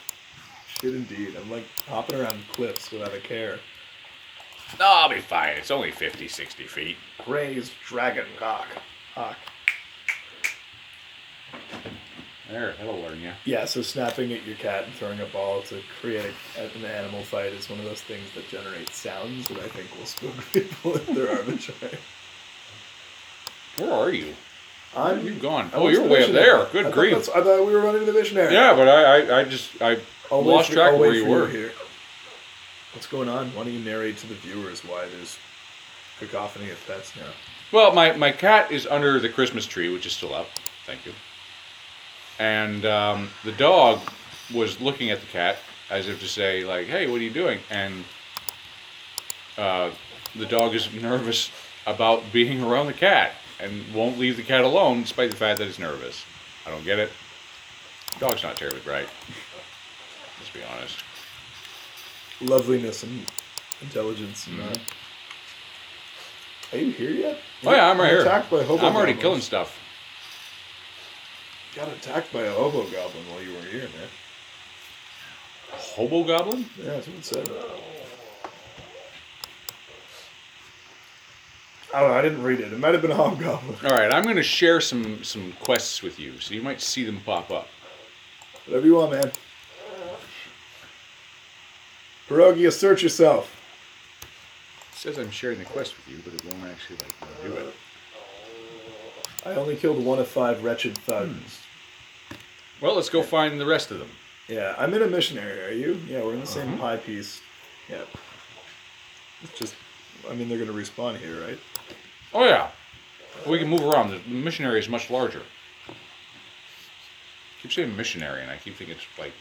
Speaker 1: Shit, indeed. I'm like hopping around cliffs without a care.
Speaker 2: no, I'll be fine. It's only 50, 60 feet.
Speaker 1: Gray's dragon cock. Hawk.
Speaker 2: There, that'll learn you.
Speaker 1: Yeah, so snapping at your cat and throwing a ball to create an animal fight is one of those things that generates sounds that I think will spook people if they're arbitrary.
Speaker 2: Where are you?
Speaker 1: I'm,
Speaker 2: you gone?
Speaker 1: I
Speaker 2: Oh,
Speaker 1: went
Speaker 2: you're
Speaker 1: to
Speaker 2: way up
Speaker 1: mission
Speaker 2: there.
Speaker 1: area.
Speaker 2: Good
Speaker 1: I thought
Speaker 2: grief.
Speaker 1: that's- I thought we were running to the missionary.
Speaker 2: Yeah, but I, I, I just, I
Speaker 1: I'll wait
Speaker 2: lost
Speaker 1: for-
Speaker 2: track
Speaker 1: I'll
Speaker 2: of where
Speaker 1: wait
Speaker 2: you
Speaker 1: for you
Speaker 2: were.
Speaker 1: here. What's going on? Why don't you narrate to the viewers why there's cacophony of pets now?
Speaker 2: Well, my, my cat is under the Christmas tree, which is still up. Thank you. And um, the dog was looking at the cat as if to say, like, hey, what are you doing? And uh, the dog is nervous about being around the cat. and won't leave the cat alone despite the fact that it's nervous. I don't get it. Dog's not terribly bright. Let's be honest.
Speaker 1: Loveliness and intelligence. And, uh, are you here yet?
Speaker 2: Mm-hmm. Oh yeah, I'm right
Speaker 1: You're
Speaker 2: here.
Speaker 1: Attacked by hobo
Speaker 2: I'm already
Speaker 1: goblins.
Speaker 2: killing stuff.
Speaker 1: Got attacked by a hobo goblin while you were here, man.
Speaker 2: Hobo goblin?
Speaker 1: Yeah, that's what it said. I don't know. I didn't read it. It might have been a hobgoblin.
Speaker 2: All right, I'm going to share some some quests with you, so you might see them pop up.
Speaker 1: Whatever you want, man. Pierogi, assert yourself.
Speaker 2: It says I'm sharing the quest with you, but it won't actually like do it.
Speaker 1: I only killed one of five wretched thugs.
Speaker 2: Hmm. Well, let's go find the rest of them.
Speaker 1: Yeah, I'm in a missionary. Are you? Yeah, we're in the same pie
Speaker 2: Uh-huh.
Speaker 1: piece. Yeah. It's just, I mean, they're gonna respawn here, right?
Speaker 2: Oh yeah, we can move around. The missionary is much larger. keep saying missionary, and I keep thinking it's like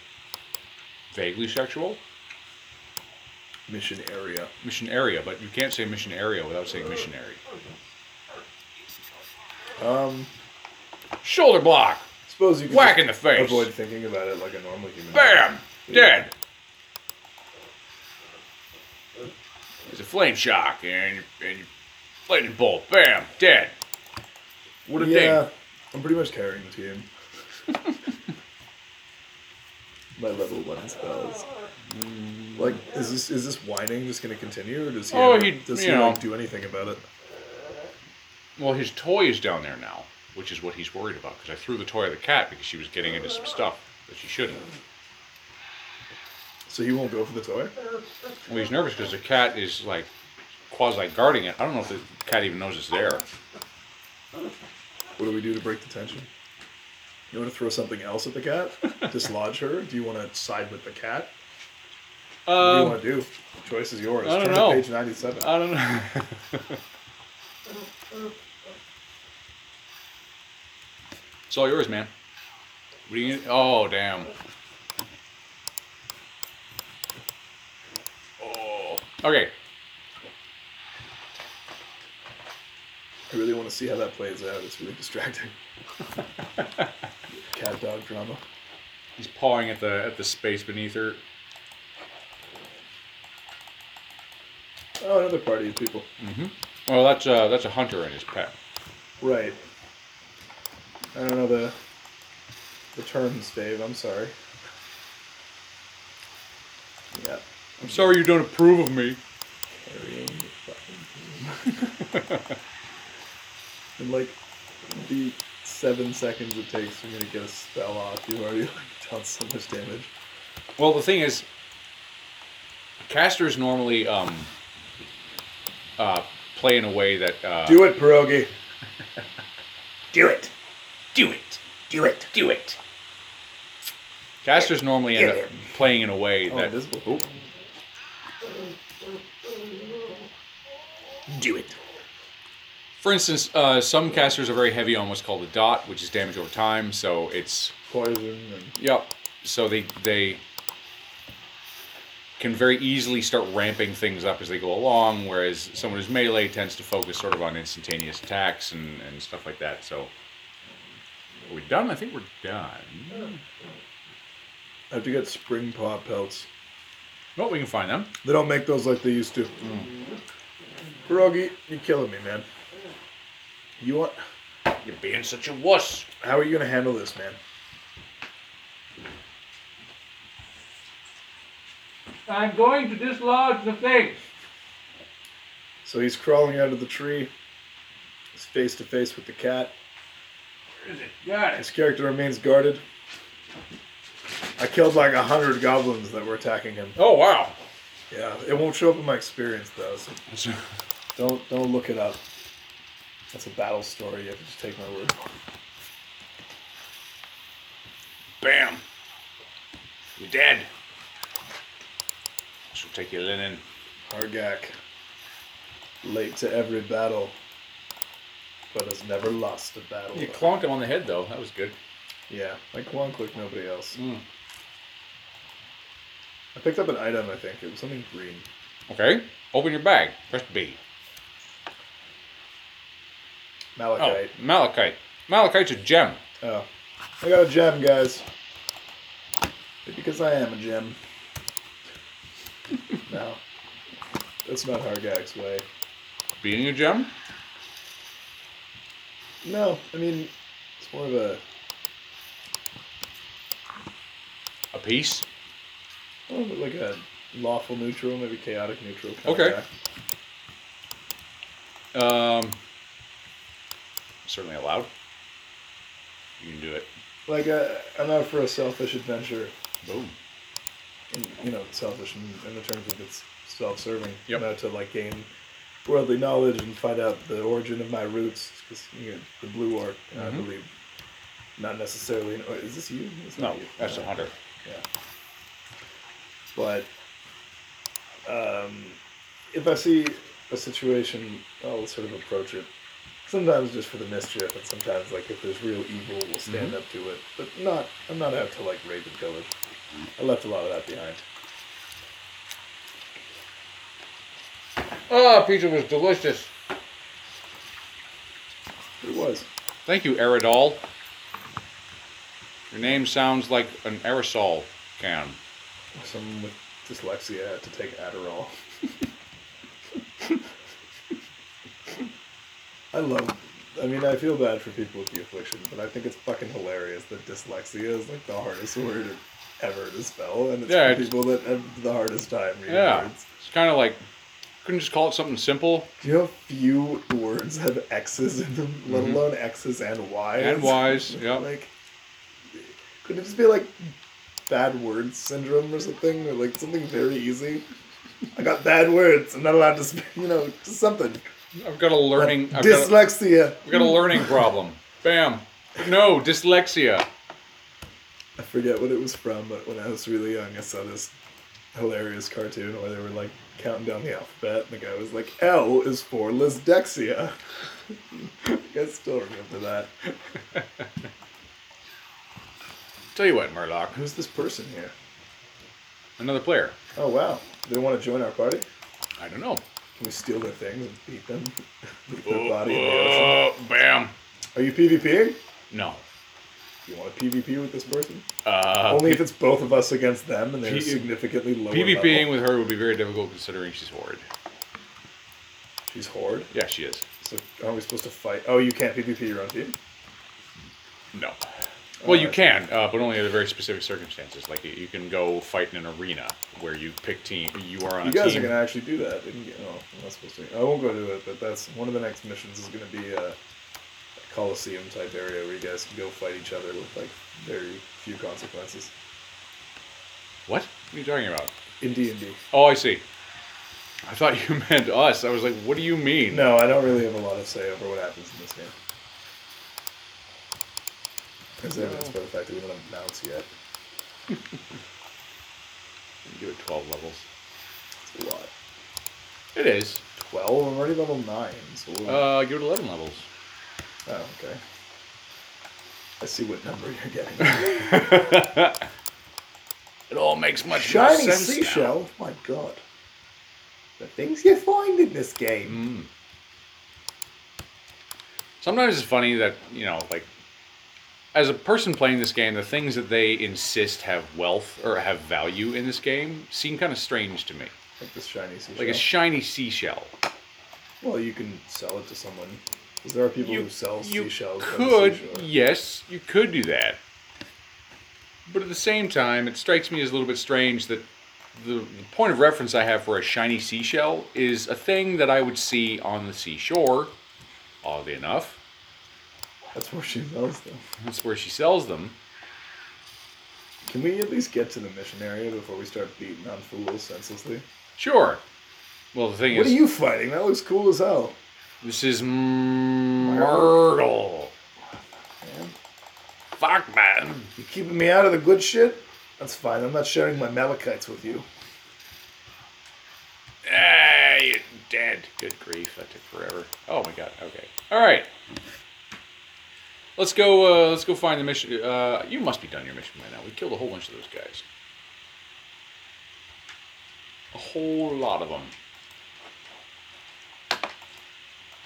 Speaker 2: vaguely sexual.
Speaker 1: Mission area.
Speaker 2: Mission area, but you can't say mission area without saying missionary.
Speaker 1: Um,
Speaker 2: Shoulder block.
Speaker 1: suppose you can
Speaker 2: Whack
Speaker 1: just
Speaker 2: in the face.
Speaker 1: Avoid thinking about it like a normal human.
Speaker 2: Bam! Dead. There's a flame shock and and lightning bolt. Bam! Dead. What a
Speaker 1: Yeah,
Speaker 2: thing.
Speaker 1: I'm pretty much carrying the team. My level one spells. Mm. Like, is this is this whining just gonna continue, or does he?
Speaker 2: Oh,
Speaker 1: ever-
Speaker 2: he-
Speaker 1: does he
Speaker 2: you know.
Speaker 1: like, do anything about it?
Speaker 2: Well, his toy is down there now, which is what he's worried about because I threw the toy at the cat because she was getting into some stuff that she shouldn't.
Speaker 1: So he won't go for the toy.
Speaker 2: Well, he's nervous because the cat is like quasi guarding it. I don't know if the cat even knows it's there.
Speaker 1: What do we do to break the tension? You want to throw something else at the cat? Dislodge her? Do you want to side with the cat? What do you
Speaker 2: Um,
Speaker 1: want to do? choice is yours.
Speaker 2: I don't
Speaker 1: Turn
Speaker 2: know.
Speaker 1: to page ninety-seven.
Speaker 2: I don't know. it's all yours, man. What do you? Oh, damn. Oh. Okay.
Speaker 1: I really want to see how that plays out. It's really distracting. cat dog drama.
Speaker 2: He's pawing at the at the space beneath her.
Speaker 1: Oh, another party of people.
Speaker 2: Well, that's uh that's a hunter and his pet.
Speaker 1: Right. I don't know the the terms, Dave. I'm sorry. Yeah.
Speaker 2: I'm sorry you don't approve of me.
Speaker 1: Carrying the fucking team. In like the seven seconds it takes for me to get a spell off, you've already like done so much damage.
Speaker 2: Well, the thing is, casters normally um uh play in a way that uh,
Speaker 1: Do it, pierogi.
Speaker 4: Do it.
Speaker 2: do it.
Speaker 4: Do it.
Speaker 2: Do it. Casters normally end up playing in a way
Speaker 1: Oh,
Speaker 2: that
Speaker 1: invisible. Oh,
Speaker 4: Do it.
Speaker 2: For instance, uh, some casters are very heavy on what's called a dot, which is damage over time. So it's
Speaker 1: poison and
Speaker 2: yep. So they they can very easily start ramping things up as they go along, whereas someone who's melee tends to focus sort of on instantaneous attacks and, and stuff like that. So are we done? I think we're done.
Speaker 1: I have to get spring paw pelts.
Speaker 2: Well, we can find them.
Speaker 1: They don't make those like they used to. Pierogi, you're killing me, man. You want?
Speaker 2: You're being such a wuss.
Speaker 1: How are you gonna handle this, man?
Speaker 2: I'm going to dislodge the thing.
Speaker 1: So he's crawling out of the tree. He's face to face with the cat.
Speaker 2: Where is it? Got
Speaker 1: His character remains guarded. I killed like a hundred goblins that were attacking him.
Speaker 2: Oh wow.
Speaker 1: Yeah, it won't show up in my experience though. So don't don't look it up. That's a battle story. You have to just take my word.
Speaker 2: Bam. You're dead. This will take your linen.
Speaker 1: Hargak, late to every battle, but has never lost a battle.
Speaker 2: You clonked him on the head, though. That was good.
Speaker 1: Yeah, like one click, nobody else.
Speaker 2: Mm.
Speaker 1: I picked up an item. I think it was something green.
Speaker 2: Okay. Open your bag. Press B. Oh,
Speaker 1: Malachite.
Speaker 2: malachite. Malachite's a gem.
Speaker 1: Oh. I got a gem, guys. Because I am a gem. no. That's not Hargak's way.
Speaker 2: Being a gem?
Speaker 1: No, I mean, it's more of a.
Speaker 2: A piece?
Speaker 1: a little bit oh, like a lawful neutral, maybe chaotic neutral. Kind
Speaker 2: Okay.
Speaker 1: Of guy.
Speaker 2: Um, certainly allowed. You can do it.
Speaker 1: Like, a, I'm out for a selfish adventure.
Speaker 2: Boom.
Speaker 1: in, you know, selfish in, in the terms of it's self-serving. You
Speaker 2: Yep.
Speaker 1: know, to like gain worldly knowledge and find out the origin of my roots, because you know, the blue orc, and I
Speaker 2: Mhm.
Speaker 1: believe, not necessarily. An, or- is this you? It's
Speaker 2: No,
Speaker 1: not you.
Speaker 2: that's a
Speaker 1: No.
Speaker 2: hunter.
Speaker 1: Yeah. But um, if I see a situation, I'll sort of approach it. Sometimes just for the mischief, and sometimes like if there's real evil, we'll stand up to it. But not, I'm not out to like rape and pillage. I left a lot of that behind.
Speaker 2: Ah,
Speaker 3: Oh, pizza was delicious.
Speaker 1: It was.
Speaker 2: Thank you, Aerodol. Your name sounds like an aerosol can.
Speaker 1: Someone with dyslexia had to take Adderall. I love. I mean, I feel bad for people with the affliction, but I think it's fucking hilarious that dyslexia is like the hardest word ever to spell, and it's
Speaker 2: Yeah,
Speaker 1: for
Speaker 2: it's-
Speaker 1: people that have the hardest time reading
Speaker 2: Yeah.
Speaker 1: words.
Speaker 2: It's kind of like, couldn't you just call it something simple
Speaker 1: Do you know how few words have X's in them, let
Speaker 2: Mhm.
Speaker 1: alone X's and Y's?
Speaker 2: and wise. Yep.
Speaker 1: Like, could it just be like bad word syndrome or something, or like something very easy? I got bad words. I'm not allowed to, sp- you know, just something.
Speaker 2: I've got a learning. I've got a,
Speaker 1: Dyslexia.
Speaker 2: I've got a learning problem. Bam. No, dyslexia.
Speaker 1: I forget what it was from, but when I was really young, I saw this hilarious cartoon where they were like counting down the alphabet, and the guy was like, "L is for Lisdexia." I still remember that.
Speaker 2: Tell you what, Murdoch.
Speaker 1: Who's this person here?
Speaker 2: Another player.
Speaker 1: Oh wow, they want to join our party.
Speaker 2: I don't know.
Speaker 1: Can we steal their things and beat them? Leave their body in the ocean.
Speaker 2: Uh, bam.
Speaker 1: Are you PvPing?
Speaker 2: No.
Speaker 1: You want to PvP with this person?
Speaker 2: Uh,
Speaker 1: Only if it's both of us against them and they're
Speaker 2: P-
Speaker 1: significantly lower.
Speaker 2: PvPing
Speaker 1: level.
Speaker 2: with her would be very difficult considering she's horrid.
Speaker 1: She's Horde.
Speaker 2: Yeah, she is.
Speaker 1: So aren't we supposed to fight? Oh, you can't PvP your own team?
Speaker 2: No. Well, you
Speaker 1: Alright.
Speaker 2: can, uh, but only under very specific circumstances. Like you- you can go fight in an arena where you pick team. You are on
Speaker 1: You
Speaker 2: a
Speaker 1: guys
Speaker 2: team.
Speaker 1: are going to actually do that. Didn't you? Oh, I'm not supposed to. I won't go do it, but that's one of the next missions is going to be uh, a Coliseum type area where you guys can go fight each other with like very few consequences.
Speaker 2: What? What are you talking about?
Speaker 1: In D&D.
Speaker 2: Oh, I see. I thought you meant us. I was like, what do you mean?
Speaker 1: No, I don't really have a lot of say over what happens in this game. As evidenced by the fact that we don't have mounts yet.
Speaker 2: You do it twelve levels.
Speaker 1: It's a lot.
Speaker 2: It is.
Speaker 1: 12? I'm already level 9. So we'll-
Speaker 2: Uh, give it eleven levels.
Speaker 1: oh, okay. I see what number you're getting.
Speaker 2: It all makes much
Speaker 1: Shiny
Speaker 2: more sense now.
Speaker 1: seashell? Oh my god. The things you find in this game.
Speaker 2: Mm. Sometimes it's funny that, you know, like, as a person playing this game, the things that they insist have wealth or have value in this game seem kind of strange to me.
Speaker 1: Like this shiny seashell.
Speaker 2: Like a shiny seashell.
Speaker 1: well, you can sell it to someone. 'Cause there are people who sell
Speaker 2: you
Speaker 1: seashells. on the
Speaker 2: could,
Speaker 1: seashore.
Speaker 2: yes, you could do that. But at the same time, it strikes me as a little bit strange that the, the point of reference I have for a shiny seashell is a thing that I would see on the seashore, oddly enough.
Speaker 1: That's where she sells them.
Speaker 2: That's where she sells them.
Speaker 1: Can we at least get to the mission area before we start beating on fools senselessly?
Speaker 2: Sure. Well, the thing
Speaker 1: What
Speaker 2: is,
Speaker 1: are you fighting? That looks cool as hell.
Speaker 2: this is Myrtle.
Speaker 1: Man,
Speaker 2: Fuck, man.
Speaker 1: you keeping me out of the good shit? That's fine. I'm not sharing my malachites with you.
Speaker 2: Ah, you're dead. Good grief, that took forever. Oh my god. Okay. All right. Let's go. Uh, let's go find the mission. Uh, you must be done your mission by now. We killed a whole bunch of those guys. A whole lot of them.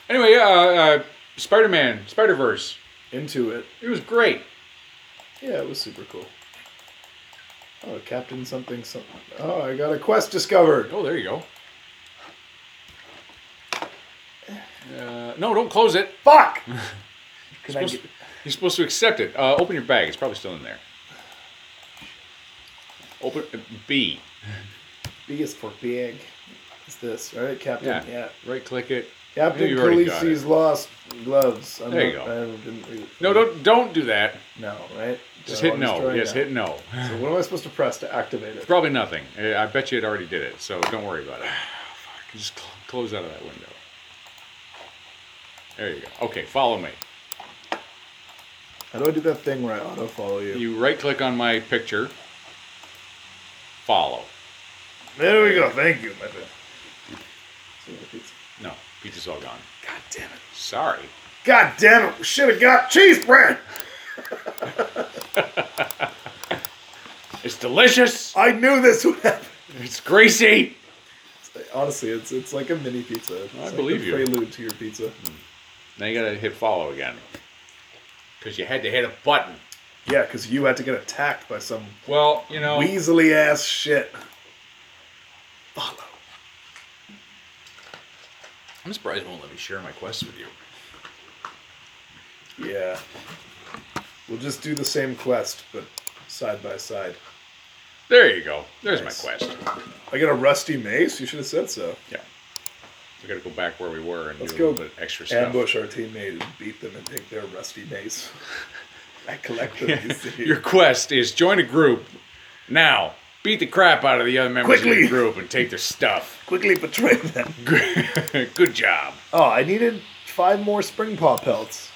Speaker 2: Anyway, yeah, uh, uh, Spider Man, Spider Verse.
Speaker 1: into it.
Speaker 2: It was great.
Speaker 1: Yeah, it was super cool. Oh, Captain something something. Oh, I got a quest discovered.
Speaker 2: Oh, there you go. Uh, no, don't close it.
Speaker 4: Fuck! Could I
Speaker 2: You're supposed,
Speaker 4: get-
Speaker 2: you're supposed to accept it. Uh, open your bag. It's probably still in there. Open uh, B.
Speaker 1: B is for big. It's this, right, Captain?
Speaker 2: Yeah.
Speaker 1: Yeah.
Speaker 2: Right click it.
Speaker 1: Captain
Speaker 2: You've already got
Speaker 1: Khaleesi's lost gloves. I'm
Speaker 2: There you
Speaker 1: not-
Speaker 2: go.
Speaker 1: I didn't read it.
Speaker 2: No, don't don't do that.
Speaker 1: No, right?
Speaker 2: Just
Speaker 1: So
Speaker 2: hit
Speaker 1: Oh, I'm
Speaker 2: no.
Speaker 1: trying
Speaker 2: Yes,
Speaker 1: now.
Speaker 2: hit no.
Speaker 1: So what am I supposed to press to activate it?
Speaker 2: Probably nothing. Uh, I bet you it already did it, so don't worry about it. Just cl- close out of that window. There you go. Okay, follow me.
Speaker 1: How do I do that thing where I auto follow you?
Speaker 2: You right click on my picture. Follow.
Speaker 1: There we go. Thank you, my friend.
Speaker 2: No, pizza's all gone.
Speaker 1: God damn it.
Speaker 2: Sorry.
Speaker 1: God damn it. We should have got cheese bread.
Speaker 2: It's delicious.
Speaker 1: I knew this would happen.
Speaker 2: It's greasy.
Speaker 1: Honestly, it's it's like a mini pizza. It's like
Speaker 2: believe
Speaker 1: the
Speaker 2: you.
Speaker 1: Prelude to your pizza.
Speaker 2: Now you gotta hit follow again. Because you had to hit a button.
Speaker 1: Yeah, because you had to get attacked by some
Speaker 2: Well, you
Speaker 1: Oh.
Speaker 2: know.
Speaker 1: weaselly ass shit. Follow.
Speaker 2: I'm surprised it won't let me share my quests with you.
Speaker 1: Yeah. We'll just do the same quest, but side by side.
Speaker 2: There you go. There's
Speaker 1: Nice.
Speaker 2: my quest.
Speaker 1: I got a rusty mace. You should have said so.
Speaker 2: Yeah. We gotta go back where we were and
Speaker 1: Let's
Speaker 2: do a
Speaker 1: go
Speaker 2: little bit extra stuff.
Speaker 1: Ambush our teammate and beat them and take their rusty mace. I collect them. you see.
Speaker 2: Your quest is join a group now. Beat the crap out of the other members of
Speaker 1: Quickly.
Speaker 2: your group and take their stuff.
Speaker 1: quickly betray them.
Speaker 2: Good job.
Speaker 1: Oh, I needed five more spring paw pelts.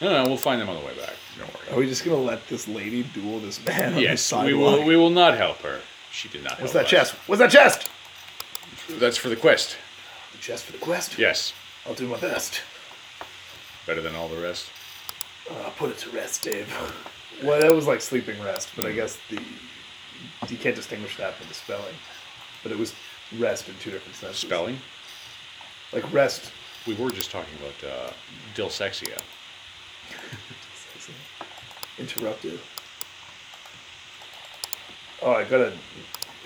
Speaker 2: No, no, we'll find them on the way back. Don't
Speaker 1: Are
Speaker 2: worry.
Speaker 1: we just gonna let this lady duel this man? on the
Speaker 2: Yes, we
Speaker 1: sidewalk?
Speaker 2: will. We will not help her. She did not.
Speaker 1: What's
Speaker 2: help
Speaker 1: that
Speaker 2: us.
Speaker 1: chest? What's that chest?
Speaker 2: That's for the quest.
Speaker 1: The chest for the quest.
Speaker 2: Yes,
Speaker 1: I'll do my best.
Speaker 2: better than all the rest.
Speaker 1: I'll put it to rest, Dave. Well, that was like sleeping rest, but I guess the you can't distinguish that from the spelling. But it was rest in two different senses.
Speaker 2: Spelling.
Speaker 1: Like rest.
Speaker 2: We were just talking about uh, Dilsexia.
Speaker 1: Interrupted. Oh, I gotta.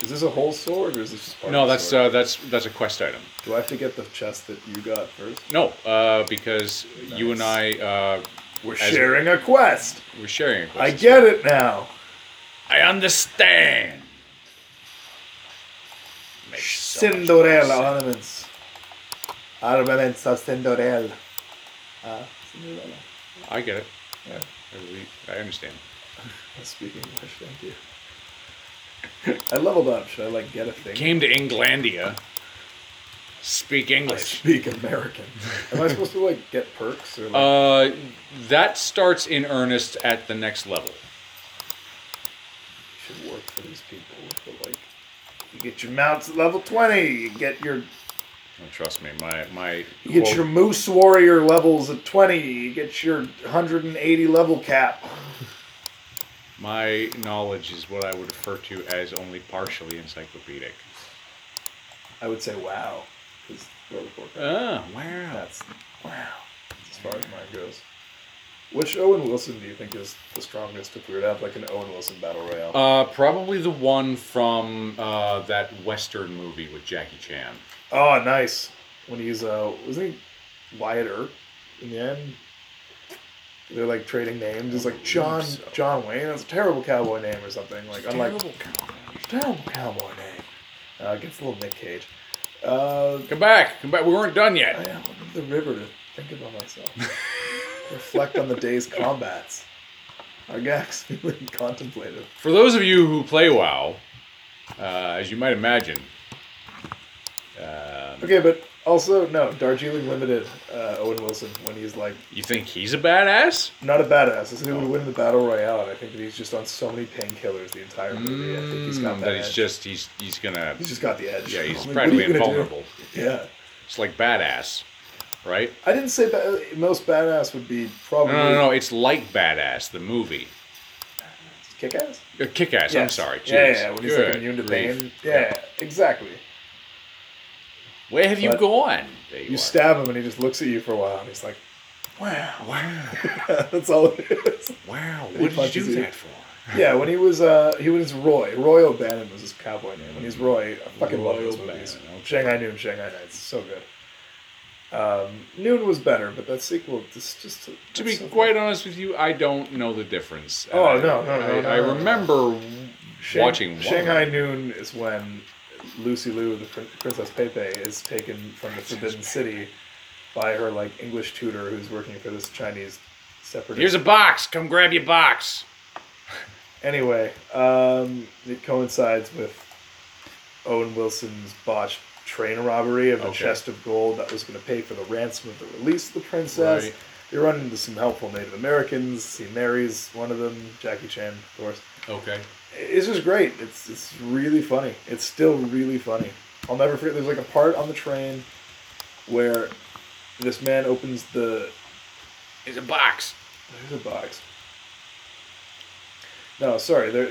Speaker 1: Is this a whole sword or is this just part
Speaker 2: No,
Speaker 1: of the
Speaker 2: that's
Speaker 1: sword?
Speaker 2: uh, that's that's a quest item.
Speaker 1: Do I have to get the chest that you got first?
Speaker 2: No, uh, because you and I uh,
Speaker 1: We're
Speaker 2: As-
Speaker 1: sharing a quest.
Speaker 2: were sharing. a quest.
Speaker 1: I get it now.
Speaker 2: I understand. Makes so much
Speaker 1: Cinderella
Speaker 2: more
Speaker 1: ornaments. Armaments of Cinderella. Uh, Cinderella.
Speaker 2: sense. I get it.
Speaker 1: Yeah,
Speaker 2: I, really, I understand.
Speaker 1: I'm speaking English, thank you. I leveled up. Should I like get a thing?
Speaker 2: Came to Englandia. Speak
Speaker 1: I
Speaker 2: English.
Speaker 1: speak American. Am I supposed to like get perks or like?
Speaker 2: Uh, that starts in earnest at the next level.
Speaker 1: should work for these people with the like. You get your mounts at level twenty. You get your
Speaker 2: Oh, trust me, my my.
Speaker 1: you get
Speaker 2: quote-
Speaker 1: your moose warrior levels at twenty. You get your hundred and eighty level cap.
Speaker 2: My knowledge is what I would refer to as only partially encyclopedic.
Speaker 1: I would say wow, because World of Warcraft.
Speaker 2: Ah, wow.
Speaker 1: That's wow. As far as mine goes. Which Owen Wilson do you think is the strongest if we were to have like an Owen Wilson battle royale?
Speaker 2: Uh, probably the one from uh, that Western movie with Jackie Chan.
Speaker 1: oh, nice. When he's uh, wasn't he Wyatt Earp in the end? They're like trading names. He's like John
Speaker 2: so.
Speaker 1: John Wayne. That's a terrible cowboy name or something. Like I'm like terrible cowboy name. Uh, gets a little Nick Cage. Uh,
Speaker 2: Come back, come back. We weren't done
Speaker 1: I
Speaker 2: yet.
Speaker 1: am under the river to think about myself. Reflect on the day's combats. Our gags really contemplative.
Speaker 2: For those of you who play WoW, uh, as you might imagine, um,
Speaker 1: Okay, but also no, Darjeeling Limited, uh, Owen Wilson, when he's like
Speaker 2: you think he's a badass?
Speaker 1: not a badass, I think he would win the battle royale, and I think that he's just on so many painkillers the entire movie. I think he's got
Speaker 2: Mm,
Speaker 1: that.
Speaker 2: that he's
Speaker 1: edge.
Speaker 2: just he's he's gonna
Speaker 1: he's just got the edge.
Speaker 2: yeah he's
Speaker 1: Like, what are you
Speaker 2: practically
Speaker 1: gonna do?
Speaker 2: invulnerable.
Speaker 1: Yeah,
Speaker 2: It's like badass, right?
Speaker 1: I didn't say ba- most badass would be
Speaker 2: No,
Speaker 1: probably
Speaker 2: no, no. It's like badass, the movie.
Speaker 1: kick ass.
Speaker 2: Uh, Kick ass. I'm sorry. Jeez.
Speaker 1: Yeah, yeah, when he's like
Speaker 2: Good
Speaker 1: immune to
Speaker 2: grief.
Speaker 1: pain. Yeah, exactly.
Speaker 2: Where have you
Speaker 1: But
Speaker 2: gone? There
Speaker 1: You
Speaker 2: are.
Speaker 1: stab him, and he just looks at you for a while, and he's like,
Speaker 2: Wow, wow,
Speaker 1: That's all it is.
Speaker 2: wow.
Speaker 1: He punches you.
Speaker 2: for?
Speaker 1: Yeah, when he was uh, he was Roy. Roy O'Bannon was his cowboy name. When he's Roy, I fucking love
Speaker 2: Roy
Speaker 1: those
Speaker 2: O'Bannon,
Speaker 1: movies.
Speaker 2: okay.
Speaker 1: Shanghai Noon, Shanghai Nights, so good. Um, Noon was better, but that sequel just just
Speaker 2: To be
Speaker 1: so-
Speaker 2: quite honest with you, I don't know the difference.
Speaker 1: Oh,
Speaker 2: And I-
Speaker 1: no, no, no,
Speaker 2: I,
Speaker 1: no,
Speaker 2: I
Speaker 1: no.
Speaker 2: remember
Speaker 1: Shang-
Speaker 2: watching
Speaker 1: Shanghai Noon is when Lucy Liu, the prin- Princess Pepe, is taken from the Forbidden City by her like English tutor who's working for this Chinese separatist.
Speaker 2: Here's a box. Come grab your box.
Speaker 1: Anyway, um, it coincides with Owen Wilson's botched train robbery of a
Speaker 2: Okay.
Speaker 1: chest of gold that was going to pay for the ransom of the release of the princess.
Speaker 2: Right.
Speaker 1: They run into some helpful Native Americans. He marries one of them, Jackie Chan, of course.
Speaker 2: Okay.
Speaker 1: It's just great. It's it's really funny. It's still really funny. I'll never forget. There's like a part on the train where this man opens the
Speaker 2: Here's a box.
Speaker 1: there's a box. No, sorry. There,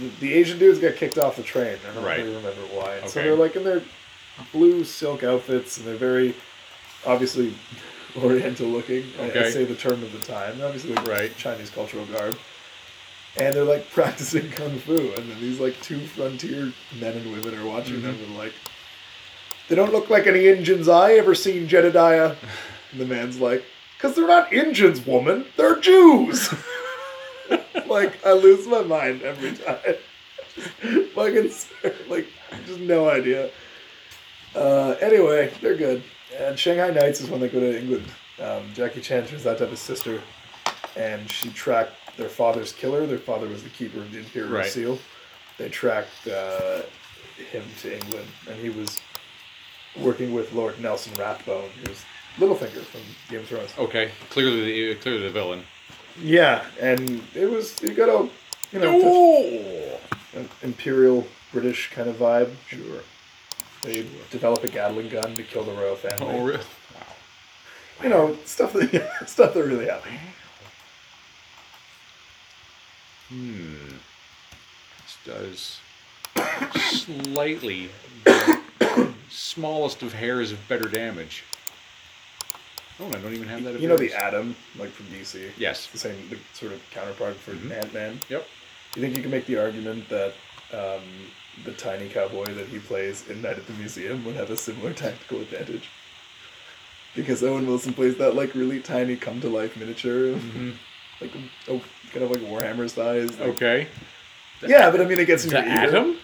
Speaker 1: the, the Asian dudes got kicked off the train. I don't
Speaker 2: Right.
Speaker 1: really remember why. And So
Speaker 2: Okay.
Speaker 1: they're like in their blue silk outfits, and they're very obviously Oriental looking. I- I,
Speaker 2: Okay.
Speaker 1: say the term of the time, obviously like
Speaker 2: Right.
Speaker 1: Chinese cultural garb. And they're like practicing kung fu, and then these like two frontier men and women are watching them and like, they don't look like any Indians I ever seen, Jedediah. And the man's like, because they're not Indians, woman. They're Jews. like, I lose my mind every time. Just fucking, swear, like, just no idea. Uh, anyway, they're good. And Shanghai Nights is when they go to England. Um, Jackie Chan turns out to have a sister, and she tracked their father's killer. Their father was the keeper of the Imperial
Speaker 2: Right.
Speaker 1: Seal. They tracked uh, him to England, and he was working with Lord Nelson Rathbone, who's Littlefinger from Game of Thrones.
Speaker 2: Okay. Clearly, the, clearly the villain.
Speaker 1: Yeah, and it was you got a you know
Speaker 2: Oh.
Speaker 1: an imperial British kind of vibe. Sure. They develop a Gatling gun to kill the royal family.
Speaker 2: Oh, really?
Speaker 1: You know stuff that stuff that really happened.
Speaker 2: Hmm. This does slightly smallest of hairs of better damage. Oh, and I don't even have that.
Speaker 1: You know the
Speaker 2: appearance.
Speaker 1: Atom, like from DC.
Speaker 2: Yes.
Speaker 1: It's the same the sort of counterpart for
Speaker 2: Mhm.
Speaker 1: Ant Man.
Speaker 2: Yep.
Speaker 1: You think you can make the argument that um, the tiny cowboy that he plays in Night at the Museum would have a similar tactical advantage? Because Owen Wilson plays that like really tiny come to life miniature, like oh, kind of like Warhammer size. like-
Speaker 2: Okay.
Speaker 1: Yeah, but I mean it gets in
Speaker 2: The
Speaker 1: your ear.
Speaker 2: Atom,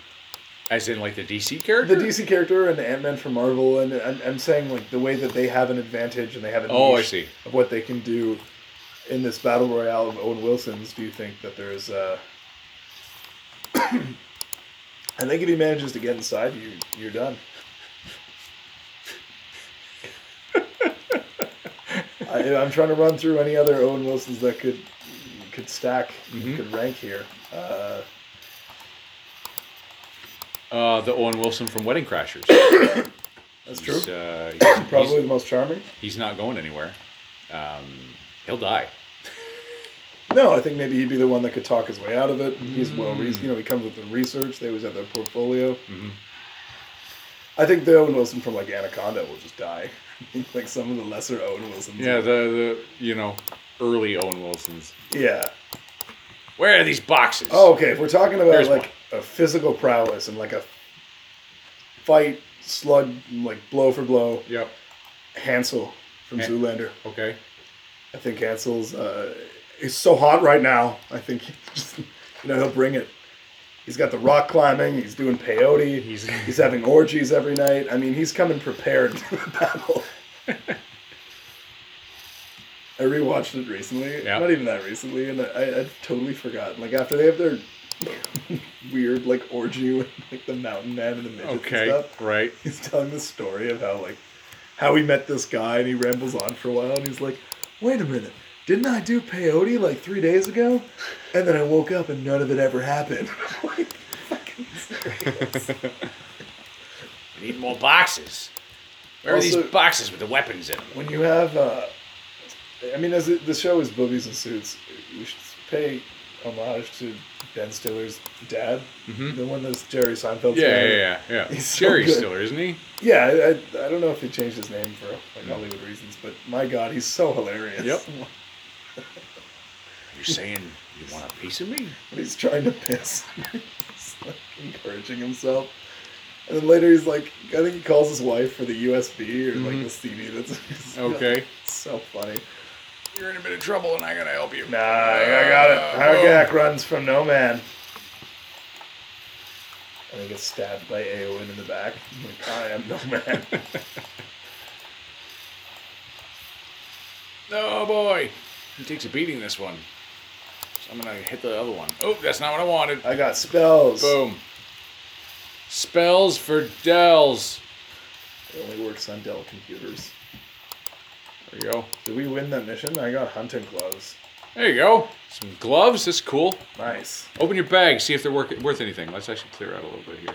Speaker 2: as in like the
Speaker 1: The
Speaker 2: DC character.
Speaker 1: DC character and Ant Man from Marvel, and I'm, I'm saying like the way that they have an advantage and they have a
Speaker 2: Oh, I
Speaker 1: niche
Speaker 2: see.
Speaker 1: of what they can do in this battle royale of Owen Wilson's. Do you think that there is? Uh... I think if he manages to get inside you, you're done. I, I'm trying to run through any other Owen Wilsons that could could stack,
Speaker 2: Mhm.
Speaker 1: could rank here. Uh,
Speaker 2: Uh, the Owen Wilson from Wedding Crashers.
Speaker 1: that's true.
Speaker 2: He's, uh, he's-
Speaker 1: Probably
Speaker 2: he's-
Speaker 1: the most charming.
Speaker 2: he's not going anywhere. Um, he'll die.
Speaker 1: No, I think maybe he'd be the one that could talk his way out of it. He's well, re- you know, he comes with the research. They always have their portfolio.
Speaker 2: Mm-hmm.
Speaker 1: I think the Owen Wilson from like Anaconda will just die, like some of the lesser Owen Wilsons.
Speaker 2: Yeah, the the you know early Owen Wilsons.
Speaker 1: yeah.
Speaker 2: Where are these boxes?
Speaker 1: Oh, okay. If we're talking about
Speaker 2: There's
Speaker 1: like a physical prowess and like a fight slug, like blow for blow,
Speaker 2: Yep.
Speaker 1: Hansel from
Speaker 2: Han-
Speaker 1: Zoolander.
Speaker 2: Okay.
Speaker 1: I think Hansel's uh, is so hot right now. I think he just, you know he'll bring it. He's got the rock climbing. He's doing peyote.
Speaker 2: He's-
Speaker 1: He's he's having orgies every night. I mean, he's coming prepared to the battle. I rewatched it recently.
Speaker 2: Yeah.
Speaker 1: Not even that recently, and I, I totally forgot. Like after they have their weird like orgy with like the mountain man and the midget and
Speaker 2: Okay.
Speaker 1: stuff
Speaker 2: Right.
Speaker 1: he's telling the story of how like how he met this guy and he rambles on for a while and he's like wait a minute didn't i do peyote like three days ago and then i woke up and none of it ever happened like fucking serious.
Speaker 2: We need more boxes. Where are
Speaker 1: Also-
Speaker 2: these boxes with the weapons in them?
Speaker 1: when you have uh i mean as it, the show is boobies and suits we should pay homage to Ben Stiller's dad,
Speaker 2: Mhm.
Speaker 1: the one that's Jerry Seinfeld's
Speaker 2: Yeah,
Speaker 1: dad.
Speaker 2: yeah, yeah, yeah.
Speaker 1: He's so
Speaker 2: Jerry
Speaker 1: good.
Speaker 2: Stiller, isn't he?
Speaker 1: Yeah, I- I, I don't know if he changed his name for like Hollywood reasons, but my God, he's so hilarious.
Speaker 2: Yep. You're saying you want a piece of me?
Speaker 1: But he's trying to piss. he's like encouraging himself. And then later he's like, I think he calls his wife for the USB or like
Speaker 2: Mhm.
Speaker 1: the CD that's it's
Speaker 2: Okay.
Speaker 1: so funny.
Speaker 2: You're in a bit of trouble, and I gotta help you. Uh,
Speaker 1: Nah, I got it. Hargak runs from no man. And he gets stabbed by Aowen in the back. I'm like, I am no man.
Speaker 2: Oh boy, he takes a beating this one. So I'm gonna hit the other one. Oh, that's not what I wanted.
Speaker 1: I got spells.
Speaker 2: Boom. Spells for Dells.
Speaker 1: It only works on Dell computers.
Speaker 2: There you go.
Speaker 1: Did we win that mission? I got hunting gloves.
Speaker 2: There you go. Some gloves. That's cool.
Speaker 1: Nice.
Speaker 2: Open your bag. See if they're work- worth anything. Let's actually clear out a little bit here.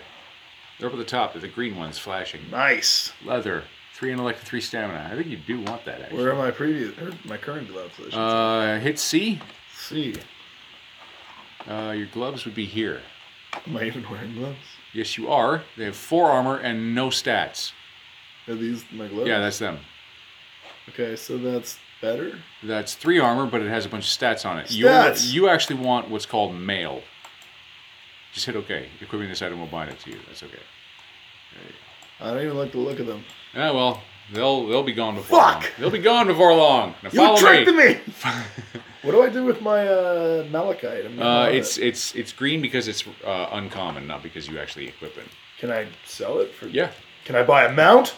Speaker 2: They're up at the top. They're the green ones flashing.
Speaker 1: Nice.
Speaker 2: Leather. Three intellect, three stamina. I think you do want that actually.
Speaker 1: Where are my previous or my current gloves? I should
Speaker 2: Uh, hit C.
Speaker 1: see.
Speaker 2: Uh, your gloves would be here.
Speaker 1: Am I even wearing gloves?
Speaker 2: Yes, you are. They have four armor and no stats.
Speaker 1: Are these my gloves?
Speaker 2: Yeah, that's them.
Speaker 1: Okay, so that's better.
Speaker 2: That's three armor, but it has a bunch of stats on it.
Speaker 1: Stats!
Speaker 2: You you actually want what's called mail. Just hit OK. Equipping this item will bind it to you. That's okay.
Speaker 1: I don't even like the look of them.
Speaker 2: Ah, well, they'll they'll be gone before
Speaker 1: Fuck!
Speaker 2: long. They'll be gone before long. Now follow me.
Speaker 1: what do I do with my uh, malachite? I'm not
Speaker 2: Uh,
Speaker 1: on
Speaker 2: it's
Speaker 1: it.
Speaker 2: it's it's green because it's uh, uncommon, not because you actually equip it.
Speaker 1: Can I sell it for?
Speaker 2: Yeah.
Speaker 1: Can I buy a mount?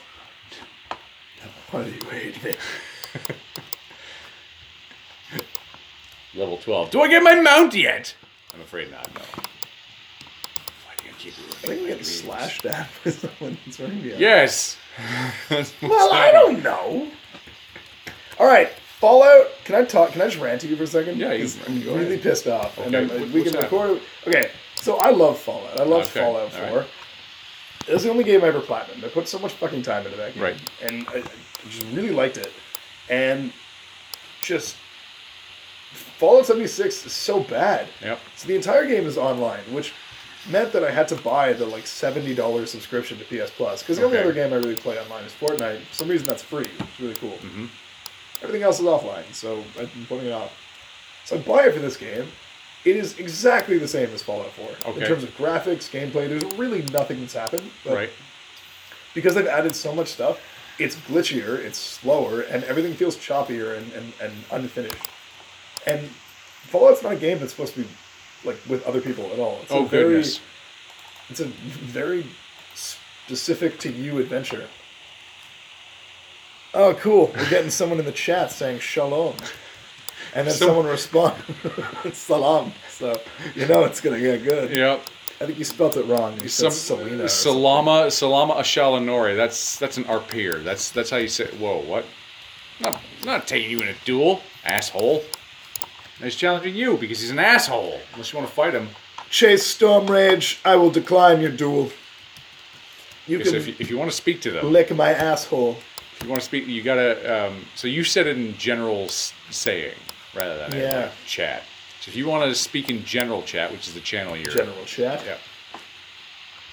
Speaker 1: Why do you hate me?
Speaker 2: Level 12. Do I get my mount yet? I'm afraid not, no. Why do you keep
Speaker 1: I think I'm getting slashed at by someone that's running behind.
Speaker 2: Yes.
Speaker 1: Well, I don't know. All right, Fallout. Can I talk? Can I just rant to you for a second?
Speaker 2: Yeah, you
Speaker 1: 'Cause
Speaker 2: can.
Speaker 1: I'm
Speaker 2: Go
Speaker 1: really
Speaker 2: ahead.
Speaker 1: pissed off, and
Speaker 2: Okay,
Speaker 1: I'm,
Speaker 2: what-
Speaker 1: we
Speaker 2: what's
Speaker 1: can record. Okay, so I love Fallout. I love
Speaker 2: Okay,
Speaker 1: Fallout
Speaker 2: all right.
Speaker 1: Four. It was the only game I ever platinum. I put so much fucking time into that game,
Speaker 2: Right.
Speaker 1: And I, I just really liked it, and just Fallout seventy six is so bad.
Speaker 2: Yep.
Speaker 1: So the entire game is online, which meant that I had to buy the like seventy dollars subscription to PS Plus because the only
Speaker 2: Okay.
Speaker 1: other game I really play online is Fortnite. For some reason that's free. It's really cool.
Speaker 2: Mm-hmm.
Speaker 1: Everything else is offline, so I've been putting it off. So I buy it for this game. It is exactly the same as Fallout 4
Speaker 2: Okay.
Speaker 1: in terms of graphics, gameplay. There's really nothing that's happened, but
Speaker 2: Right.
Speaker 1: because they've added so much stuff, it's glitchier, it's slower, and everything feels choppier and, and, and unfinished. And Fallout's not a game that's supposed to be like with other people at all. It's
Speaker 2: Oh
Speaker 1: a very,
Speaker 2: goodness.
Speaker 1: It's a very specific to you adventure. Oh, cool! We're getting someone in the chat saying shalom, and then
Speaker 2: So-
Speaker 1: someone responds salam. So you know it's gonna get good.
Speaker 2: Yep.
Speaker 1: I think you spelt it wrong. You said Selena. or something.
Speaker 2: Salama Salama Ashalanori. That's that's an arpeer. That's that's how you say. Whoa, what? Not not taking you in a duel, asshole. He's challenging you because he's an asshole. Unless you want to fight him.
Speaker 1: Chase Storm Rage, I will decline your duel. You
Speaker 2: Okay, so
Speaker 1: can
Speaker 2: if you, if you want to speak to them,
Speaker 1: lick my asshole.
Speaker 2: If you want to speak, you gotta. Um, so you said it in general s- saying rather than in,
Speaker 1: Yeah.
Speaker 2: like, chat. So if you want to speak in general chat, which is the channel you're
Speaker 1: General chat.
Speaker 2: yeah.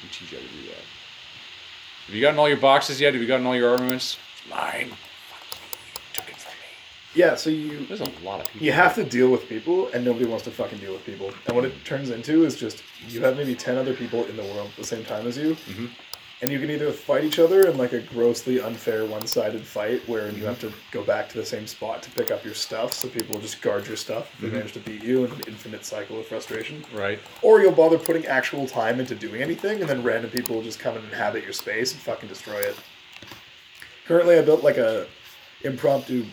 Speaker 2: We teach you how to do that. Have you gotten all your boxes yet? Have you gotten all your armaments? Mine. Fuck you. You Took it from me.
Speaker 1: Yeah, so you
Speaker 2: There's a lot of people.
Speaker 1: you have to deal with people and nobody wants to fucking deal with people. And what it turns into is just you have maybe 10 other people in the world at the same time as you.
Speaker 2: Mm-hmm.
Speaker 1: And you can either fight each other in like a grossly unfair one-sided fight where
Speaker 2: Mm-hmm.
Speaker 1: you have to go back to the same spot to pick up your stuff, so people will just guard your stuff
Speaker 2: Mm-hmm.
Speaker 1: if they manage to beat you in an infinite cycle of frustration.
Speaker 2: Right.
Speaker 1: or you'll bother putting actual time into doing anything, and then random people will just come and inhabit your space and fucking destroy it. Currently, I built like a impromptu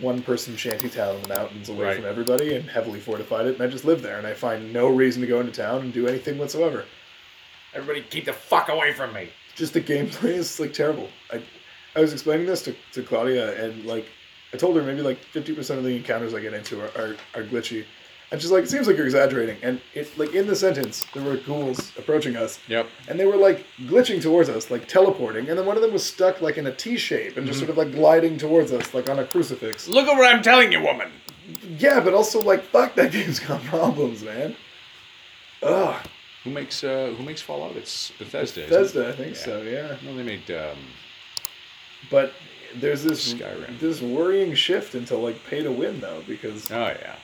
Speaker 1: one-person shanty town in the mountains away
Speaker 2: Right.
Speaker 1: from everybody and heavily fortified it, and I just live there, and I find no reason to go into town and do anything whatsoever.
Speaker 2: Everybody, keep the fuck away from me.
Speaker 1: Just the gameplay is like terrible. I, I was explaining this to, to Claudia, and like I told her maybe like fifty percent of the encounters I get into are, are, are glitchy. And she's like, it seems like you're exaggerating. And it like in the sentence, there were ghouls approaching us,
Speaker 2: Yep.
Speaker 1: and they were like glitching towards us, like teleporting, and then one of them was stuck like in a T shape and just sort of like gliding towards us, like on a crucifix.
Speaker 2: Look at what I'm telling you, woman.
Speaker 1: Yeah, but also like fuck that game's got problems, man. Ugh.
Speaker 2: Who makes uh, Who makes Fallout? It's Bethesda. isn't it?
Speaker 1: Bethesda, I think so, yeah.
Speaker 2: No, they made. Um,
Speaker 1: But there's this
Speaker 2: Skyrim.
Speaker 1: this worrying shift into like pay to win though, because
Speaker 2: oh yeah.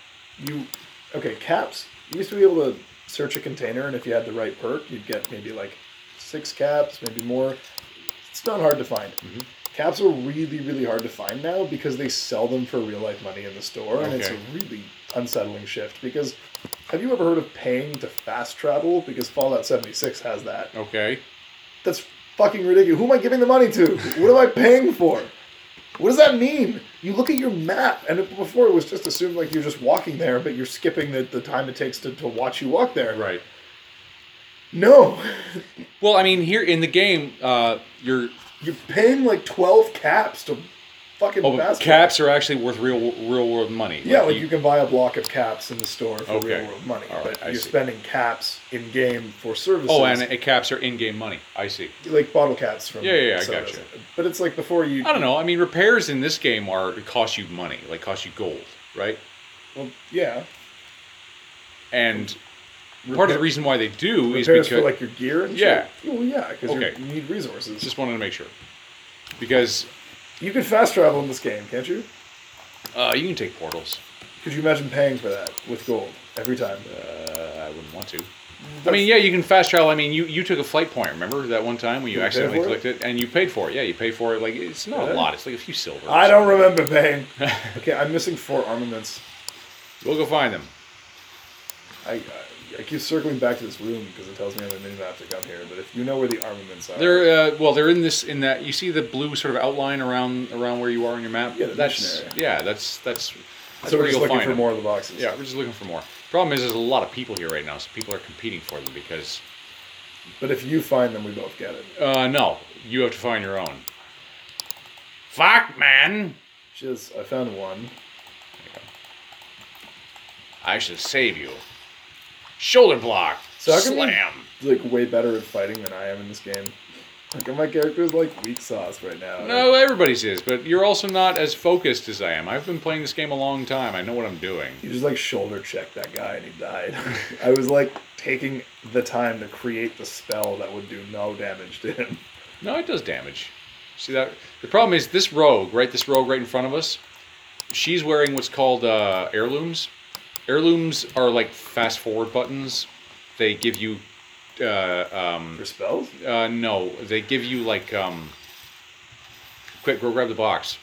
Speaker 1: you okay caps you used to be able to search a container and if you had the right perk you'd get maybe like six caps maybe more it's not hard to find caps are really really hard to find now because they sell them for real life money in the store and it's a
Speaker 2: Okay.
Speaker 1: really unsettling shift because have you ever heard of paying to fast travel because fallout 76 has that
Speaker 2: Okay.
Speaker 1: that's fucking ridiculous. Who am I giving the money to? What am I paying for? What does that mean? You look at your map, and it- before it was just assumed like you're just walking there, but you're skipping the, the time it takes to, to watch you walk there.
Speaker 2: Right.
Speaker 1: No.
Speaker 2: Well, I mean, here in the game, uh, your
Speaker 1: You're paying like 12 caps to fucking
Speaker 2: oh, but
Speaker 1: fast
Speaker 2: caps are actually worth real real world money.
Speaker 1: Yeah, like you, can buy a block of caps in the store for
Speaker 2: Okay.
Speaker 1: real world money,
Speaker 2: All right,
Speaker 1: but
Speaker 2: I
Speaker 1: you're
Speaker 2: see.
Speaker 1: spending caps in game for services.
Speaker 2: Oh, and uh, caps are in game money. I see.
Speaker 1: like bottle caps from
Speaker 2: Yeah, yeah, yeah, I
Speaker 1: sodas.
Speaker 2: gotcha.
Speaker 1: But it's like before you
Speaker 2: I don't know. I mean, repairs in this game are it cost you money, like cost you gold, right?
Speaker 1: well, yeah,
Speaker 2: And part of the reason why they do is
Speaker 1: repairs
Speaker 2: because
Speaker 1: for like your gear and
Speaker 2: Yeah.
Speaker 1: shit? Well, yeah, because
Speaker 2: Okay.
Speaker 1: you need resources.
Speaker 2: just wanted to make sure because
Speaker 1: you can fast travel in this game, can't you?
Speaker 2: uh, you can take portals.
Speaker 1: Could you imagine paying for that with gold every time?
Speaker 2: Uh, I wouldn't want to. I mean, yeah, you can fast travel. I mean, you, you took a flight point. Remember that one time when you,
Speaker 1: You paid
Speaker 2: accidentally
Speaker 1: for it?
Speaker 2: clicked it? and you paid for it. Yeah, you pay for it. Like it's not
Speaker 1: Yeah.
Speaker 2: a lot. It's like a few silver.
Speaker 1: I don't remember paying. okay, I'm missing four armaments.
Speaker 2: We'll go find them.
Speaker 1: I, I I keep circling back to this room because it tells me on the minimap to come here. But if you know where the armaments are,
Speaker 2: They're uh, well, they're in this in that you see the blue sort of outline around around where you are on your map.
Speaker 1: Yeah, the
Speaker 2: that's
Speaker 1: missionary.
Speaker 2: yeah, that's that's that's
Speaker 1: so we're
Speaker 2: where
Speaker 1: just
Speaker 2: you'll
Speaker 1: looking
Speaker 2: find
Speaker 1: for
Speaker 2: them.
Speaker 1: more of the boxes.
Speaker 2: Yeah, we're just looking for more. Problem is, there's a lot of people here right now, so people are competing for them because
Speaker 1: But if you find them, we both get it.
Speaker 2: uh, no, you have to find your own. Fuck, man!
Speaker 1: Just I found one.
Speaker 2: I should save you. Shoulder block.
Speaker 1: So how come you-
Speaker 2: Slam.
Speaker 1: Like way better at fighting than I am in this game. Like my character is like weak sauce right now.
Speaker 2: No, everybody's is, but you're also not as focused as I am. I've been playing this game a long time. I know what I'm doing.
Speaker 1: You just like shoulder checked that guy and he died. I was like taking the time to create the spell that would do no damage to him.
Speaker 2: No, it does damage. See that? The problem is this rogue, right? This rogue right in front of us. She's wearing what's called uh, heirlooms. Heirlooms are like fast forward buttons. They give you, uh, um,
Speaker 1: For spells?
Speaker 2: uh, no, they give you like, um, quick, go grab the box.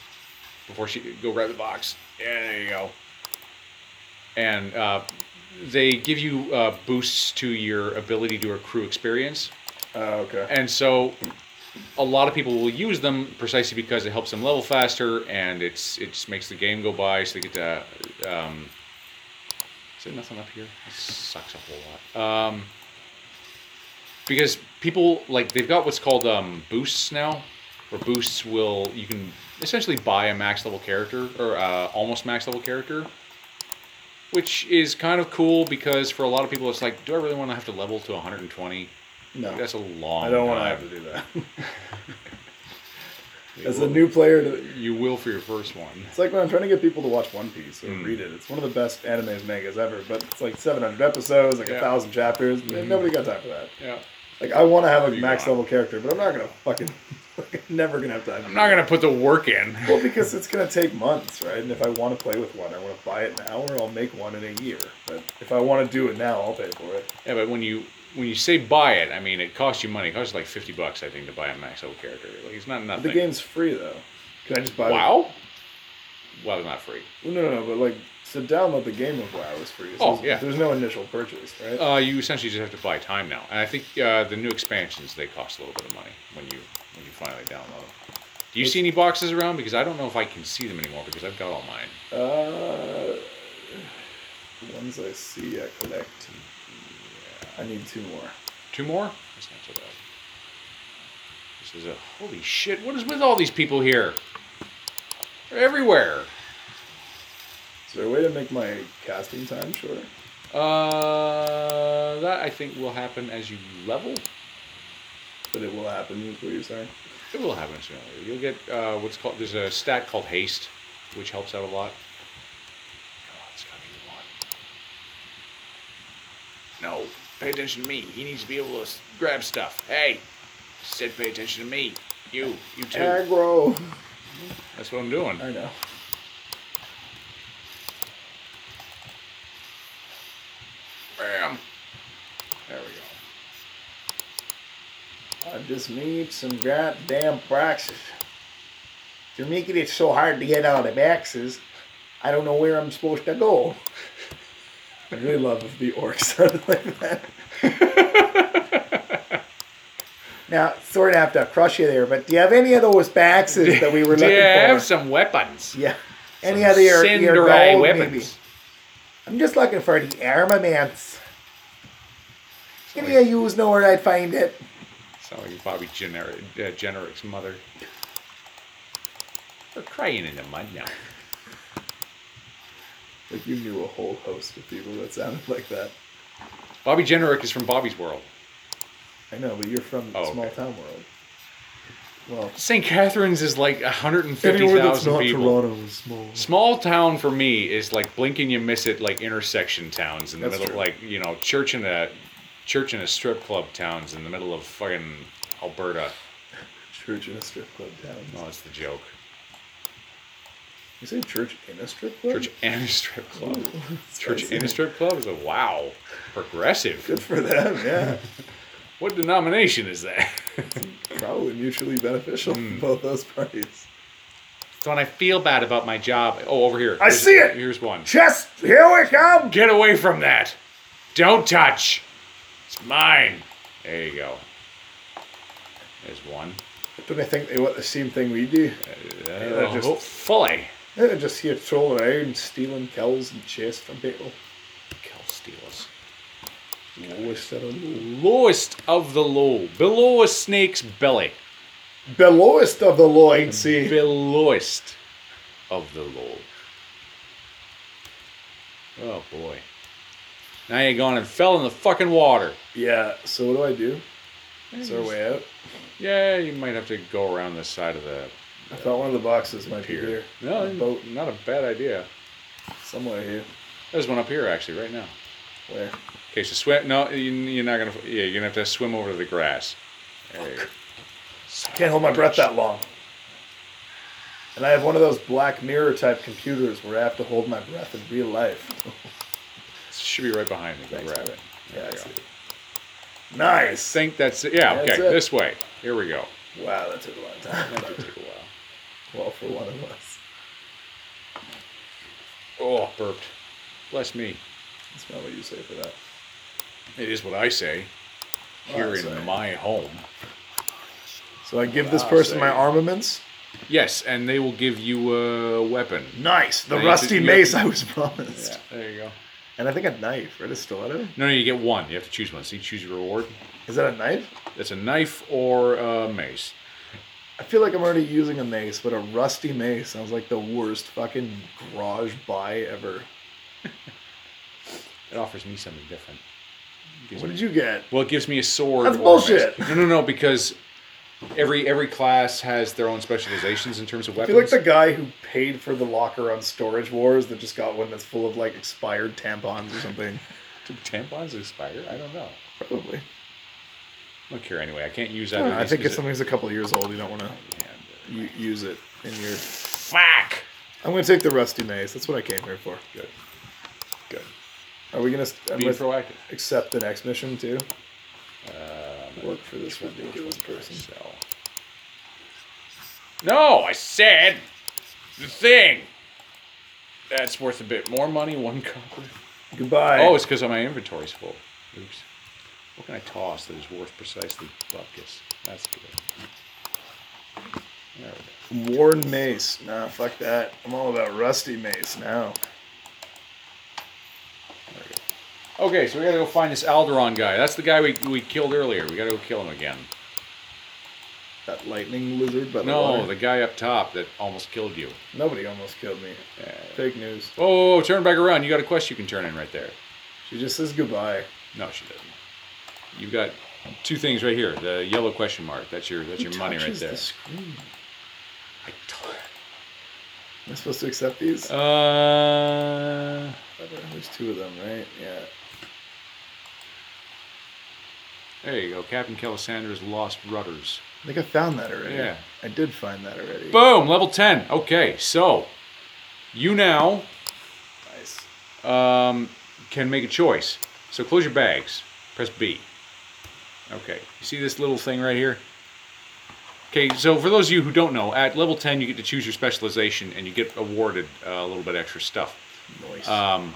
Speaker 2: Before she go grab the box. Yeah, there you go. And uh, they give you uh, boosts to your ability to accrue experience.
Speaker 1: Oh, okay.
Speaker 2: And so a lot of people will use them precisely because it helps them level faster and it's it just makes the game go by so they get to um is there nothing up here? That sucks a whole lot. Um because people like they've got what's called um boosts now where boosts will you can essentially buy a max level character or uh, almost max level character which is kind of cool because for a lot of people it's like do I really want to have to level to 120
Speaker 1: No.
Speaker 2: that's a long.
Speaker 1: I don't want to
Speaker 2: time.
Speaker 1: have to do that. As a new player, to,
Speaker 2: You will for your first one.
Speaker 1: it's like when I'm trying to get people to watch One Piece or read it. It's one of the best anime mangas ever, but it's like 700 episodes, like a
Speaker 2: Yeah.
Speaker 1: thousand chapters. Man, nobody got time for that.
Speaker 2: Yeah.
Speaker 1: Like, I want to have a
Speaker 2: You
Speaker 1: max
Speaker 2: got it.
Speaker 1: level character, but I'm not gonna fucking, never gonna have time.
Speaker 2: I'm not gonna put the work in.
Speaker 1: Well, because it's going to take months, right? And if I want to play with one, I want to buy it now, or I'll make one in a year. But if I want to do it now, I'll pay for it.
Speaker 2: Yeah, but when you when you say buy it, I mean it costs you money. It costs like fifty bucks, I think, to buy a max level character. Like it's not
Speaker 1: But
Speaker 2: nothing.
Speaker 1: the game's free, though. Can I just buy
Speaker 2: wow. Wow, it's not free.
Speaker 1: it? No, no, no. But like, so download the game of WoW is free. So
Speaker 2: Oh,
Speaker 1: there's,
Speaker 2: yeah.
Speaker 1: There's no initial purchase, right?
Speaker 2: Uh, you essentially just have to buy time now, and I think uh, the new expansions they cost a little bit of money when you when you finally download them. Do you see any boxes around? Because I don't know if I can see them anymore because I've got all mine.
Speaker 1: Uh, the ones I see, I collect. I need two more.
Speaker 2: Two more? That's not so bad. This is a holy shit. What is with all these people here? They're everywhere.
Speaker 1: Is there a way to make my casting time shorter?
Speaker 2: Uh, that I think will happen as you level.
Speaker 1: But it will happen, is what you're saying.
Speaker 2: It will happen sooner or later. You'll get uh, what's called. There's a stat called haste, which helps out a lot. Pay attention to me. He needs to be able to s- grab stuff. Hey, said pay attention to me. You, you too.
Speaker 1: Uh, Aggro.
Speaker 2: That's what I'm doing.
Speaker 1: I know.
Speaker 2: Bam. There we go.
Speaker 1: I just need some goddamn boxes. They're making it so hard to get out of boxes. I don't know where I'm supposed to go. I really love if the orc sounded like that. now, sort of have to crush you there, but do you have any of those boxes that we were
Speaker 2: Do
Speaker 1: looking
Speaker 2: you have
Speaker 1: for?
Speaker 2: some weapons?
Speaker 1: yeah. Any other your, your
Speaker 2: Cinderai
Speaker 1: gold,
Speaker 2: weapons.
Speaker 1: maybe? I'm just looking for the armaments. Any of yous know where I'd find it?
Speaker 2: Sound like Bobby Generic, uh, Generic's mother. We're crying in the mud now.
Speaker 1: Like you knew a whole host of people that sounded like that.
Speaker 2: Bobby Generic is from Bobby's World.
Speaker 1: I know, but you're from
Speaker 2: Oh,
Speaker 1: small
Speaker 2: okay.
Speaker 1: town world. Well,
Speaker 2: St. Catharines is like
Speaker 1: anywhere that's
Speaker 2: 150,000
Speaker 1: not
Speaker 2: people.
Speaker 1: Toronto is small.
Speaker 2: Small town for me is like blink and you miss it, like intersection towns in the
Speaker 1: That's
Speaker 2: middle,
Speaker 1: true.
Speaker 2: like you know, church and a church and a strip club towns in the middle of fucking Alberta.
Speaker 1: Church in a strip club town.
Speaker 2: No, that's the joke.
Speaker 1: You say church in a strip club? Oh,
Speaker 2: Church and a strip club.
Speaker 1: That's
Speaker 2: Church and
Speaker 1: fascinating.
Speaker 2: a strip club is a wow, progressive.
Speaker 1: Good for them, yeah.
Speaker 2: What denomination is that?
Speaker 1: Probably mutually beneficial
Speaker 2: Hmm.
Speaker 1: for both those parties.
Speaker 2: So when I feel bad about my job, oh, over here.
Speaker 1: I see it!
Speaker 2: Here's one.
Speaker 1: Chest, here we come!
Speaker 2: Get away from that! Don't touch! It's mine! There you go. There's one.
Speaker 1: Don't I think they want the same thing we do?
Speaker 2: Uh,
Speaker 1: just-
Speaker 2: ho- fully.
Speaker 1: They're just here trolling around, stealing kills and chests from people.
Speaker 2: Kel steals.
Speaker 1: Lowest of the low.
Speaker 2: Lowest of the low. Below a snake's belly.
Speaker 1: Belowest of the low, I'd say.
Speaker 2: Belowest of the low. Oh boy. Now you're gone and fell in the fucking water.
Speaker 1: Yeah, so what do I do? Is there a way out?
Speaker 2: Yeah, you might have to go around the side of the
Speaker 1: I thought one of the boxes might be
Speaker 2: pier.
Speaker 1: here.
Speaker 2: No,
Speaker 1: A boat
Speaker 2: not a bad idea.
Speaker 1: somewhere here.
Speaker 2: There's one up here actually, right now.
Speaker 1: Where?
Speaker 2: Okay, so swim. No, you, you're not gonna. Yeah, you're gonna have to swim over to the grass. There you go.
Speaker 1: Can't hold my breath that long. And I have one of those black mirror type computers where I have to hold my breath in real life.
Speaker 2: Should be right behind me. Go
Speaker 1: Thanks,
Speaker 2: grab
Speaker 1: man.
Speaker 2: it.
Speaker 1: Yeah,
Speaker 2: There
Speaker 1: I
Speaker 2: you go.
Speaker 1: see.
Speaker 2: I
Speaker 1: Nice.
Speaker 2: think that's it. Yeah.
Speaker 1: That's
Speaker 2: Okay.
Speaker 1: it.
Speaker 2: This way. Here we go.
Speaker 1: Wow, that took a long time.
Speaker 2: That did take a while.
Speaker 1: well, for one of us.
Speaker 2: Oh, burped. Bless me.
Speaker 1: That's not what you say for that.
Speaker 2: It is what I say here
Speaker 1: Well,
Speaker 2: in
Speaker 1: that's right.
Speaker 2: my home.
Speaker 1: So I give this
Speaker 2: Wow,
Speaker 1: person my
Speaker 2: say.
Speaker 1: armaments.
Speaker 2: Yes, and they will give you a weapon.
Speaker 1: Nice. The
Speaker 2: Nice.
Speaker 1: rusty
Speaker 2: You have
Speaker 1: mace
Speaker 2: to-
Speaker 1: I was promised.
Speaker 2: There you go.
Speaker 1: And I think a knife, right? A stiletto?
Speaker 2: No, no, you get one. You have to choose one. So you choose your reward.
Speaker 1: Is that a knife?
Speaker 2: It's a knife or a mace.
Speaker 1: I feel like I'm already using a mace, but a rusty mace sounds like the worst fucking garage buy ever.
Speaker 2: It offers me something different. Gives
Speaker 1: What
Speaker 2: me-
Speaker 1: did you get?
Speaker 2: Well, it gives me a sword.
Speaker 1: That's
Speaker 2: or a mace.
Speaker 1: bullshit.
Speaker 2: No, no, no, because every every class has their own specializations in terms of
Speaker 1: I
Speaker 2: weapons.
Speaker 1: feel like the guy who paid for the locker on Storage Wars that just got one that's full of like expired tampons or something.
Speaker 2: Do tampons expire? I don't know.
Speaker 1: Probably.
Speaker 2: I don't care anyway. I can't use that.
Speaker 1: I think if something's a couple years old, you don't want to use it in your.
Speaker 2: Fuck.
Speaker 1: I'm gonna take the rusty mace. That's what I came here for.
Speaker 2: Good. Good.
Speaker 1: Are we gonna? I'm
Speaker 2: Be
Speaker 1: gonna
Speaker 2: proactive.
Speaker 1: accept the next mission too.
Speaker 2: Um,
Speaker 1: Work for this ridiculous person.
Speaker 2: so. No, I said the thing. That's worth a bit more money. One copper.
Speaker 1: Goodbye.
Speaker 2: Oh, it's because my inventory's full. Oops. What can I toss that is worth precisely buckus? That's good. There we
Speaker 1: Worn mace. Nah, fuck that. I'm all about rusty mace now.
Speaker 2: go. Okay, so we gotta go find this Alderon guy. That's the guy we, we killed earlier. We gotta go kill him again.
Speaker 1: That lightning lizard, but
Speaker 2: No, the guy up top that almost killed you.
Speaker 1: nobody almost killed me. Fake news.
Speaker 2: Whoa, whoa, whoa, oh, turn back around. You got a quest you can turn in right there.
Speaker 1: She just says goodbye.
Speaker 2: No, she doesn't. You've got two things right here. The yellow question mark. That's your that's your
Speaker 1: Who
Speaker 2: money right
Speaker 1: touches
Speaker 2: there.
Speaker 1: The screen?
Speaker 2: I told-
Speaker 1: Am I supposed to accept these?
Speaker 2: Uh,
Speaker 1: There's two of them, right? Yeah.
Speaker 2: There you go. Captain Calisandra's Lost Rudders.
Speaker 1: I think I found that already.
Speaker 2: Yeah.
Speaker 1: I did find that already.
Speaker 2: Boom, level 10. Okay, so you now
Speaker 1: nice.
Speaker 2: um, can make a choice. So close your bags. Press B. Okay. You see this little thing right here? Okay, so for those of you who don't know, at level 10, you get to choose your specialization and you get awarded uh, a little bit extra stuff.
Speaker 1: Nice.
Speaker 2: Um,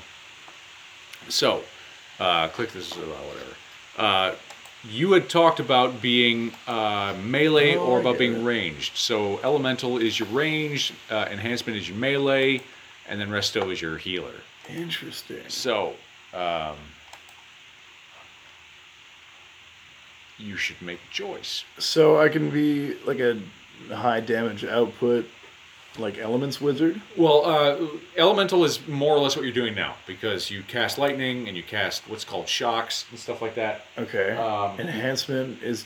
Speaker 2: so, uh, click this, uh, whatever. Uh, you had talked about being uh, melee
Speaker 1: Oh,
Speaker 2: or
Speaker 1: I
Speaker 2: about
Speaker 1: get
Speaker 2: being
Speaker 1: it.
Speaker 2: ranged. So, elemental is your range, uh, enhancement is your melee, and then resto is your healer.
Speaker 1: Interesting.
Speaker 2: So, um, you should make a choice.
Speaker 1: So I can be like a high damage output, like elements wizard.
Speaker 2: Well, uh, elemental is more or less what you're doing now because you cast lightning and you cast what's called shocks and stuff like that.
Speaker 1: Okay.
Speaker 2: Um,
Speaker 1: Enhancement is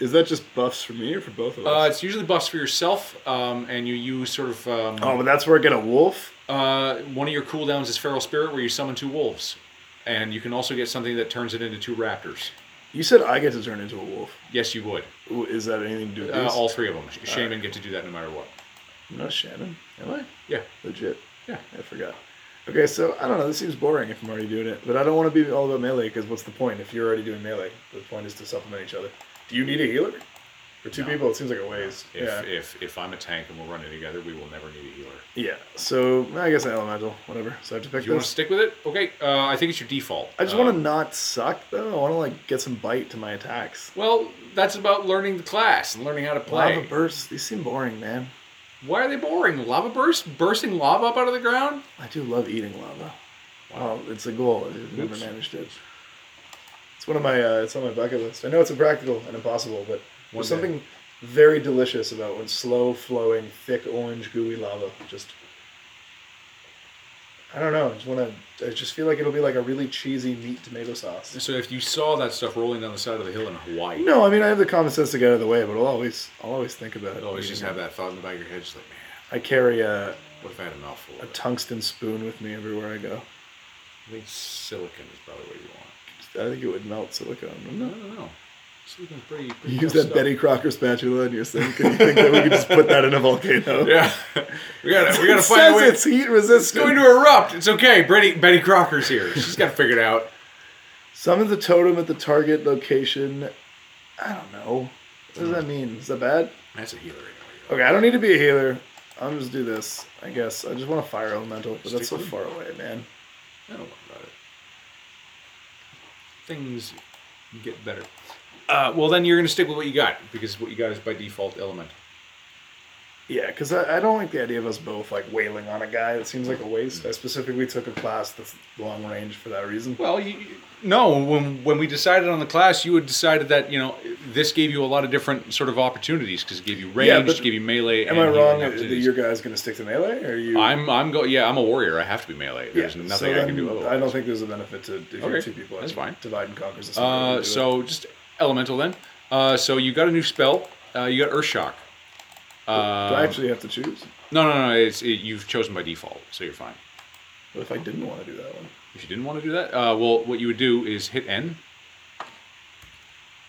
Speaker 1: is that just buffs for me or for both of
Speaker 2: Uh,
Speaker 1: us?
Speaker 2: it's usually buffs for yourself, um, and you use sort of um,
Speaker 1: oh, but that's where I get a wolf.
Speaker 2: uh, one of your cooldowns is Feral Spirit, where you summon two wolves, and you can also get something that turns it into two raptors.
Speaker 1: You said I get to turn into a wolf.
Speaker 2: Yes, you would.
Speaker 1: Ooh, Is that anything to do with
Speaker 2: Uh,
Speaker 1: this?
Speaker 2: all three of them. Sh- Shaman get to do that no matter what.
Speaker 1: I'm not Shannon, am I?
Speaker 2: Yeah.
Speaker 1: Legit.
Speaker 2: Yeah.
Speaker 1: I forgot. Okay, so I don't know. This seems boring if I'm already doing it, but I don't want to be all about melee because what's the point if you're already doing melee? The point is to supplement each other. Do you need a healer? For two people, it seems like a waste.
Speaker 2: If,
Speaker 1: yeah.
Speaker 2: if if I'm a tank and we're running together, we will never need a healer.
Speaker 1: Yeah. So I guess elemental, whatever. So I have to pick
Speaker 2: If you want to
Speaker 1: this.
Speaker 2: stick with it, okay. Uh, I think it's your default. Um,
Speaker 1: I just want to not suck though. I want to like get some bite to my attacks.
Speaker 2: Well, that's about learning the class and learning how to play.
Speaker 1: Lava bursts. These seem boring, man.
Speaker 2: Why are they boring? Lava burst, bursting lava up out of the ground.
Speaker 1: I do love eating lava. Well, it's a goal. I've never
Speaker 2: Oops.
Speaker 1: managed it. It's one of my. Uh, it's on my bucket list. I know it's impractical and impossible, but
Speaker 2: One
Speaker 1: there's something very delicious about when slow flowing, thick orange, gooey lava just. I don't know. I just want to. I just feel like it'll be like a really cheesy meat tomato sauce.
Speaker 2: So if you saw that stuff rolling down the side of the hill in Hawaii,
Speaker 1: No, I mean I have the common sense to get out of the way, but I'll always I'll always think about it.
Speaker 2: I'd always just have that thought in the back of your head, just like, man,
Speaker 1: I carry a,
Speaker 2: what if I had a mouthful
Speaker 1: a
Speaker 2: of it?
Speaker 1: tungsten spoon with me everywhere I go.
Speaker 2: I think silicon is probably what you
Speaker 1: I think it would melt silicone. wouldn't it?
Speaker 2: want. No, no, no. Silicon's pretty, pretty
Speaker 1: You use that
Speaker 2: tough stuff.
Speaker 1: Betty Crocker spatula in your sink and you think that we could just put that in a volcano.
Speaker 2: Yeah. we gotta, we gotta
Speaker 1: It
Speaker 2: find a
Speaker 1: says
Speaker 2: way.
Speaker 1: it's
Speaker 2: It's
Speaker 1: heat resistant.
Speaker 2: going to erupt. It's okay. Betty, Betty Crocker's here. She's got it figured out.
Speaker 1: Summon the totem at the target location. I don't know. What does that mean? Is that bad?
Speaker 2: That's a healer
Speaker 1: Okay,
Speaker 2: anyway.
Speaker 1: I don't need to be a healer. I'll just do this, I guess. I just want to fire elemental, but that's so
Speaker 2: Stick with
Speaker 1: far away, man.
Speaker 2: I don't worry about it. Things get better. Uh, well, then you're gonna stick with what you got because what you got is by default element.
Speaker 1: Yeah, because I, I don't like the idea of us both like wailing on a guy. It seems like a waste. I specifically took a class that's long range for that reason.
Speaker 2: Well, you, you- no. When when we decided on the class, you had decided that you know this gave you a lot of different sort of opportunities because it gave you range,
Speaker 1: Yeah, but
Speaker 2: gave you melee.
Speaker 1: Am
Speaker 2: and
Speaker 1: I
Speaker 2: healing
Speaker 1: wrong that
Speaker 2: opportunities.
Speaker 1: your guy's going to stick to melee? Or are you?
Speaker 2: I'm I'm go. Yeah, I'm a warrior. I have to be melee. There's
Speaker 1: Yeah, so
Speaker 2: nothing I can do.
Speaker 1: then
Speaker 2: Otherwise.
Speaker 1: I don't think there's a benefit to if
Speaker 2: Okay,
Speaker 1: you're two people. I
Speaker 2: that's
Speaker 1: think
Speaker 2: fine.
Speaker 1: Divide and conquer. is the smart way to
Speaker 2: Uh,
Speaker 1: do
Speaker 2: so just elemental then. Uh, so you got a new spell. Uh, you got Earth Shock.
Speaker 1: it.
Speaker 2: Uh,
Speaker 1: do I actually have to choose?
Speaker 2: no, no, no. It's it, you've chosen by default, so you're fine.
Speaker 1: What if I didn't want to do that one?
Speaker 2: If you didn't want to do that, uh, well, what you would do is hit N,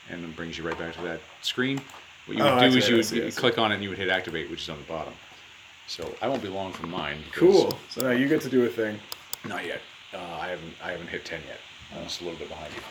Speaker 2: and it brings you right back to that screen. What you would
Speaker 1: Oh, I
Speaker 2: do
Speaker 1: see,
Speaker 2: is
Speaker 1: I
Speaker 2: you would
Speaker 1: see, I
Speaker 2: you
Speaker 1: see.
Speaker 2: click on it and you would hit activate, which is on the bottom. So I won't be long for mine. because-
Speaker 1: Cool. So now you get to do a thing.
Speaker 2: Not yet. Uh, I haven't. I haven't hit ten yet. I'm just a little bit behind you.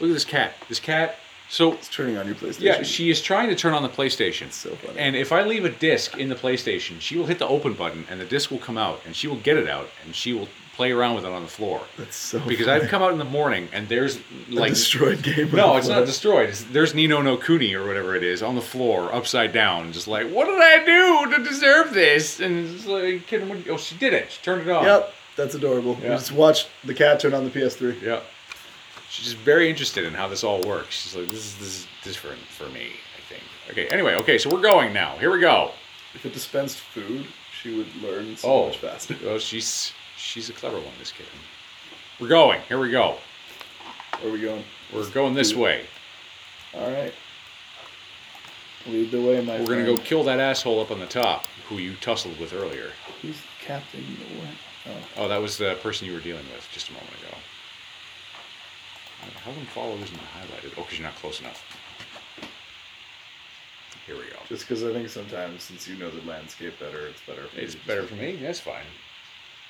Speaker 2: Look at this cat. This cat. So
Speaker 1: It's turning on your PlayStation.
Speaker 2: yeah, she is trying to turn on the PlayStation.
Speaker 1: so funny.
Speaker 2: And if I leave a disc in the PlayStation, she will hit the open button, and the disc will come out, and she will get it out, and she will play around with it on the floor.
Speaker 1: That's so.
Speaker 2: because
Speaker 1: funny.
Speaker 2: I've come out in the morning and there's
Speaker 1: A
Speaker 2: like
Speaker 1: destroyed game.
Speaker 2: no,
Speaker 1: on
Speaker 2: it's
Speaker 1: the
Speaker 2: not
Speaker 1: floor.
Speaker 2: destroyed. It's, there's Nino no Kuni or whatever it is on the floor, upside down, just like what did I do to deserve this? And it's like, kid, what, oh, she did it. She turned it on.
Speaker 1: Yep, that's adorable. You
Speaker 2: Yeah.
Speaker 1: just watched the cat turn on the PS3.
Speaker 2: Yeah. She's just very interested in how this all works. She's like, this is this is different for me. I think. Okay. Anyway. Okay. So we're going now. Here we go.
Speaker 1: If it dispensed food, she would learn so
Speaker 2: Oh.
Speaker 1: much faster.
Speaker 2: Well, she's she's a clever one. This kid. We're going. Here we go.
Speaker 1: Where are we going?
Speaker 2: We're going this way.
Speaker 1: All right. Lead the way, my
Speaker 2: We're gonna go kill that asshole up on the top who you tussled with earlier.
Speaker 1: Who's Captain? What? Oh.
Speaker 2: Oh, that was the person you were dealing with just a moment ago. How come follow isn't highlighted? Oh, because you're not close enough. Here we go.
Speaker 1: Just because I think sometimes, since you know the landscape better, it's better. for you
Speaker 2: It's
Speaker 1: to
Speaker 2: better for me. That's fine.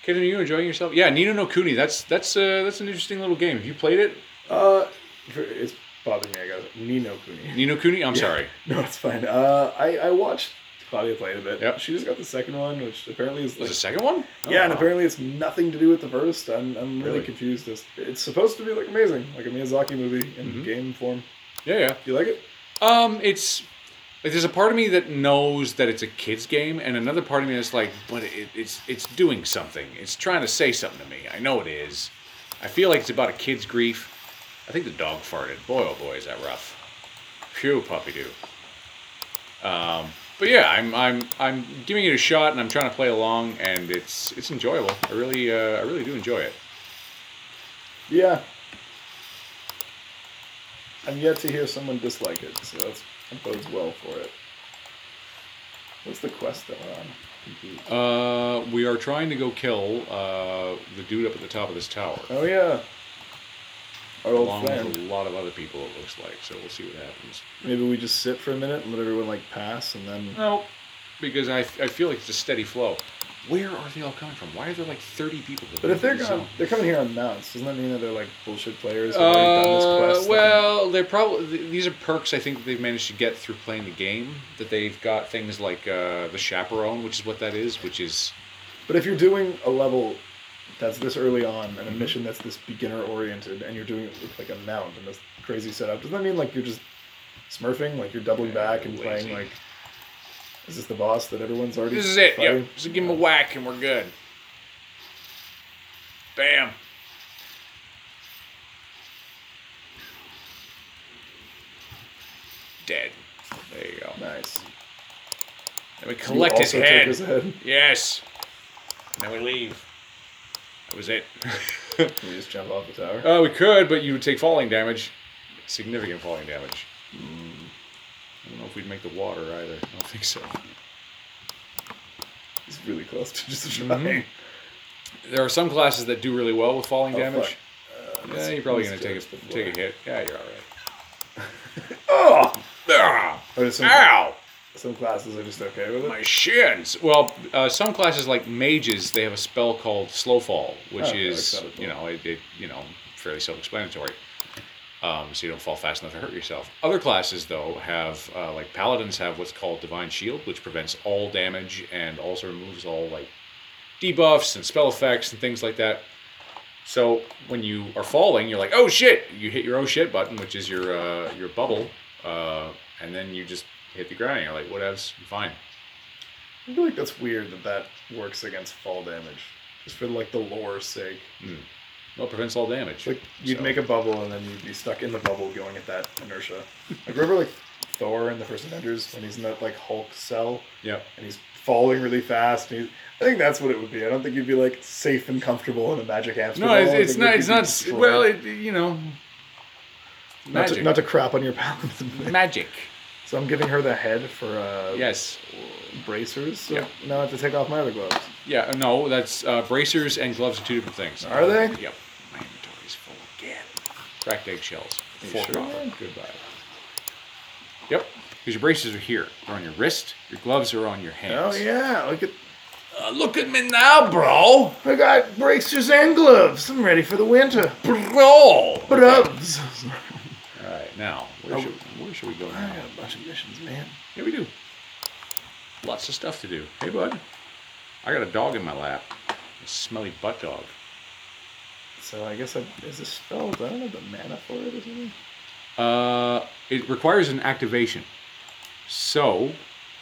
Speaker 2: Kid, are you enjoying yourself? Yeah, Nino no Kuni. That's that's uh, that's an interesting little game. Have you played it?
Speaker 1: Uh, for- it's bothering me. I got Nino Kuni.
Speaker 2: Nino Kuni. I'm
Speaker 1: Yeah.
Speaker 2: sorry.
Speaker 1: No, it's fine. Uh, I I watched Claudia play it a bit.
Speaker 2: Yep.
Speaker 1: She just got the second one, which apparently is
Speaker 2: There's
Speaker 1: like
Speaker 2: a second one.
Speaker 1: yeah, and
Speaker 2: Oh.
Speaker 1: apparently it's nothing to do with the first. I'm I'm really,
Speaker 2: Really?
Speaker 1: confused. It's, it's supposed to be like amazing, like a Miyazaki movie in
Speaker 2: Mm-hmm.
Speaker 1: game form.
Speaker 2: Yeah, yeah.
Speaker 1: You like it?
Speaker 2: Um, it's like there's a part of me that knows that it's a kids game, and another part of me that's like, but it, it's it's doing something. It's trying to say something to me. I know it is. I feel like it's about a kid's grief. I think the dog farted. Boy, oh boy, is that rough. Phew, puppy do. Um, but yeah, I'm I'm I'm giving it a shot, and I'm trying to play along, and it's it's enjoyable. I really uh, I really do enjoy it.
Speaker 1: Yeah. I'm yet to hear someone dislike it, so that's, that bodes well for it. What's the quest that we're on? Confused.
Speaker 2: Uh, we are trying to go kill uh, the dude up at the top of this tower.
Speaker 1: Oh yeah, our old
Speaker 2: along
Speaker 1: friend.
Speaker 2: with a lot of other people. It looks like, so we'll see what happens.
Speaker 1: Maybe we just sit for a minute and let everyone like pass, and then
Speaker 2: No, because I, I feel like it's a steady flow. Where are they all coming from? Why are there like thirty people?
Speaker 1: But if they're
Speaker 2: going,
Speaker 1: gone, they're coming here on mounts. Doesn't that mean that they're like bullshit players? who've already done this
Speaker 2: uh,
Speaker 1: quest?
Speaker 2: well, they're probably th- these are perks. I think that they've managed to get through playing the game. That they've got things like uh, the chaperone, which is what that is, which is
Speaker 1: But if you're doing a level that's this early on
Speaker 2: Mm-hmm.
Speaker 1: and a mission that's this beginner oriented, and you're doing it with like a mount and this crazy setup, doesn't that mean like you're just smurfing? Like you're doubling
Speaker 2: Yeah,
Speaker 1: back and
Speaker 2: lazy.
Speaker 1: playing like. Is this the boss that everyone's already?
Speaker 2: this is it.
Speaker 1: fighting?
Speaker 2: Yep, just give them a whack and we're good. Bam. Dead. There you go.
Speaker 1: Nice.
Speaker 2: Then we
Speaker 1: You
Speaker 2: collect his
Speaker 1: also took
Speaker 2: head.
Speaker 1: his head.
Speaker 2: Yes. Then we leave. That was it.
Speaker 1: Can we just jump off the tower?
Speaker 2: uh, we could, but you would take falling damage. Significant falling damage. I don't know if we'd make the water either. I don't think so.
Speaker 1: It's really close to just trying.
Speaker 2: Mm-hmm. There are some classes that do really well with falling
Speaker 1: Oh,
Speaker 2: damage.
Speaker 1: fuck. Uh,
Speaker 2: Yeah, you're probably gonna
Speaker 1: let's
Speaker 2: take a
Speaker 1: judge the floor.
Speaker 2: take a hit. Yeah, you're all right.
Speaker 1: Or Oh, some,
Speaker 2: Ow!
Speaker 1: some classes are just okay with it.
Speaker 2: Ah! My shins. Well, uh, some classes like mages, they have a spell called slow fall, which
Speaker 1: Oh,
Speaker 2: is
Speaker 1: acceptable.
Speaker 2: you know it, it you know fairly self-explanatory. Um, so you don't fall fast enough to hurt yourself. Other classes though have uh, like paladins have what's called divine shield, which prevents all damage and also removes all like debuffs and spell effects and things like that. So when you are falling, you're like, oh shit! You hit your oh shit button, which is your uh, your bubble, uh, and then you just hit the ground. And you're like, what else? You're fine.
Speaker 1: I feel like that's weird that that works against fall damage, just for like the lore's sake.
Speaker 2: Well, it prevents all damage.
Speaker 1: Like you'd
Speaker 2: So-
Speaker 1: make a bubble and then you'd be stuck in the bubble going at that inertia. Like remember like Thor in the first Avengers when he's in that like Hulk cell
Speaker 2: Yeah.
Speaker 1: and he's falling really fast. And he's, I think that's what it would be. I don't think you'd be like safe and comfortable in a magic hamster.
Speaker 2: No,
Speaker 1: ball. I
Speaker 2: it's, it's
Speaker 1: think
Speaker 2: not.
Speaker 1: you'd
Speaker 2: It's
Speaker 1: be
Speaker 2: not.
Speaker 1: destroyed.
Speaker 2: Well, it, you know.
Speaker 1: not
Speaker 2: Magic.
Speaker 1: to, not to crap on your balance.
Speaker 2: magic.
Speaker 1: so I'm giving her the head for uh,
Speaker 2: Yes.
Speaker 1: bracers. So
Speaker 2: Yeah.
Speaker 1: now I have to take off my other gloves.
Speaker 2: Yeah. No, that's uh, bracers and gloves are two different things.
Speaker 1: Are they?
Speaker 2: Yep. My inventory's full again. Cracked eggshells.
Speaker 1: Are you
Speaker 2: Four
Speaker 1: sure?
Speaker 2: copper.
Speaker 1: Goodbye.
Speaker 2: Yep. Because your bracers are here. They're on your wrist. Your gloves are on your hands.
Speaker 1: Oh yeah, look at
Speaker 2: Uh, look at me now, bro.
Speaker 1: I got bracers and gloves. I'm ready for the winter.
Speaker 2: Bro.
Speaker 1: Gloves.
Speaker 2: All right. Now, where,
Speaker 1: Oh.
Speaker 2: should, where should we go
Speaker 1: I
Speaker 2: now?
Speaker 1: got a bunch of missions, man.
Speaker 2: Yeah, we do. Lots of stuff to do. Hey, bud. I got a dog in my lap. A smelly butt dog.
Speaker 1: So I guess I, is this spelled? I don't know the mana for it or something.
Speaker 2: Uh, it requires an activation. So,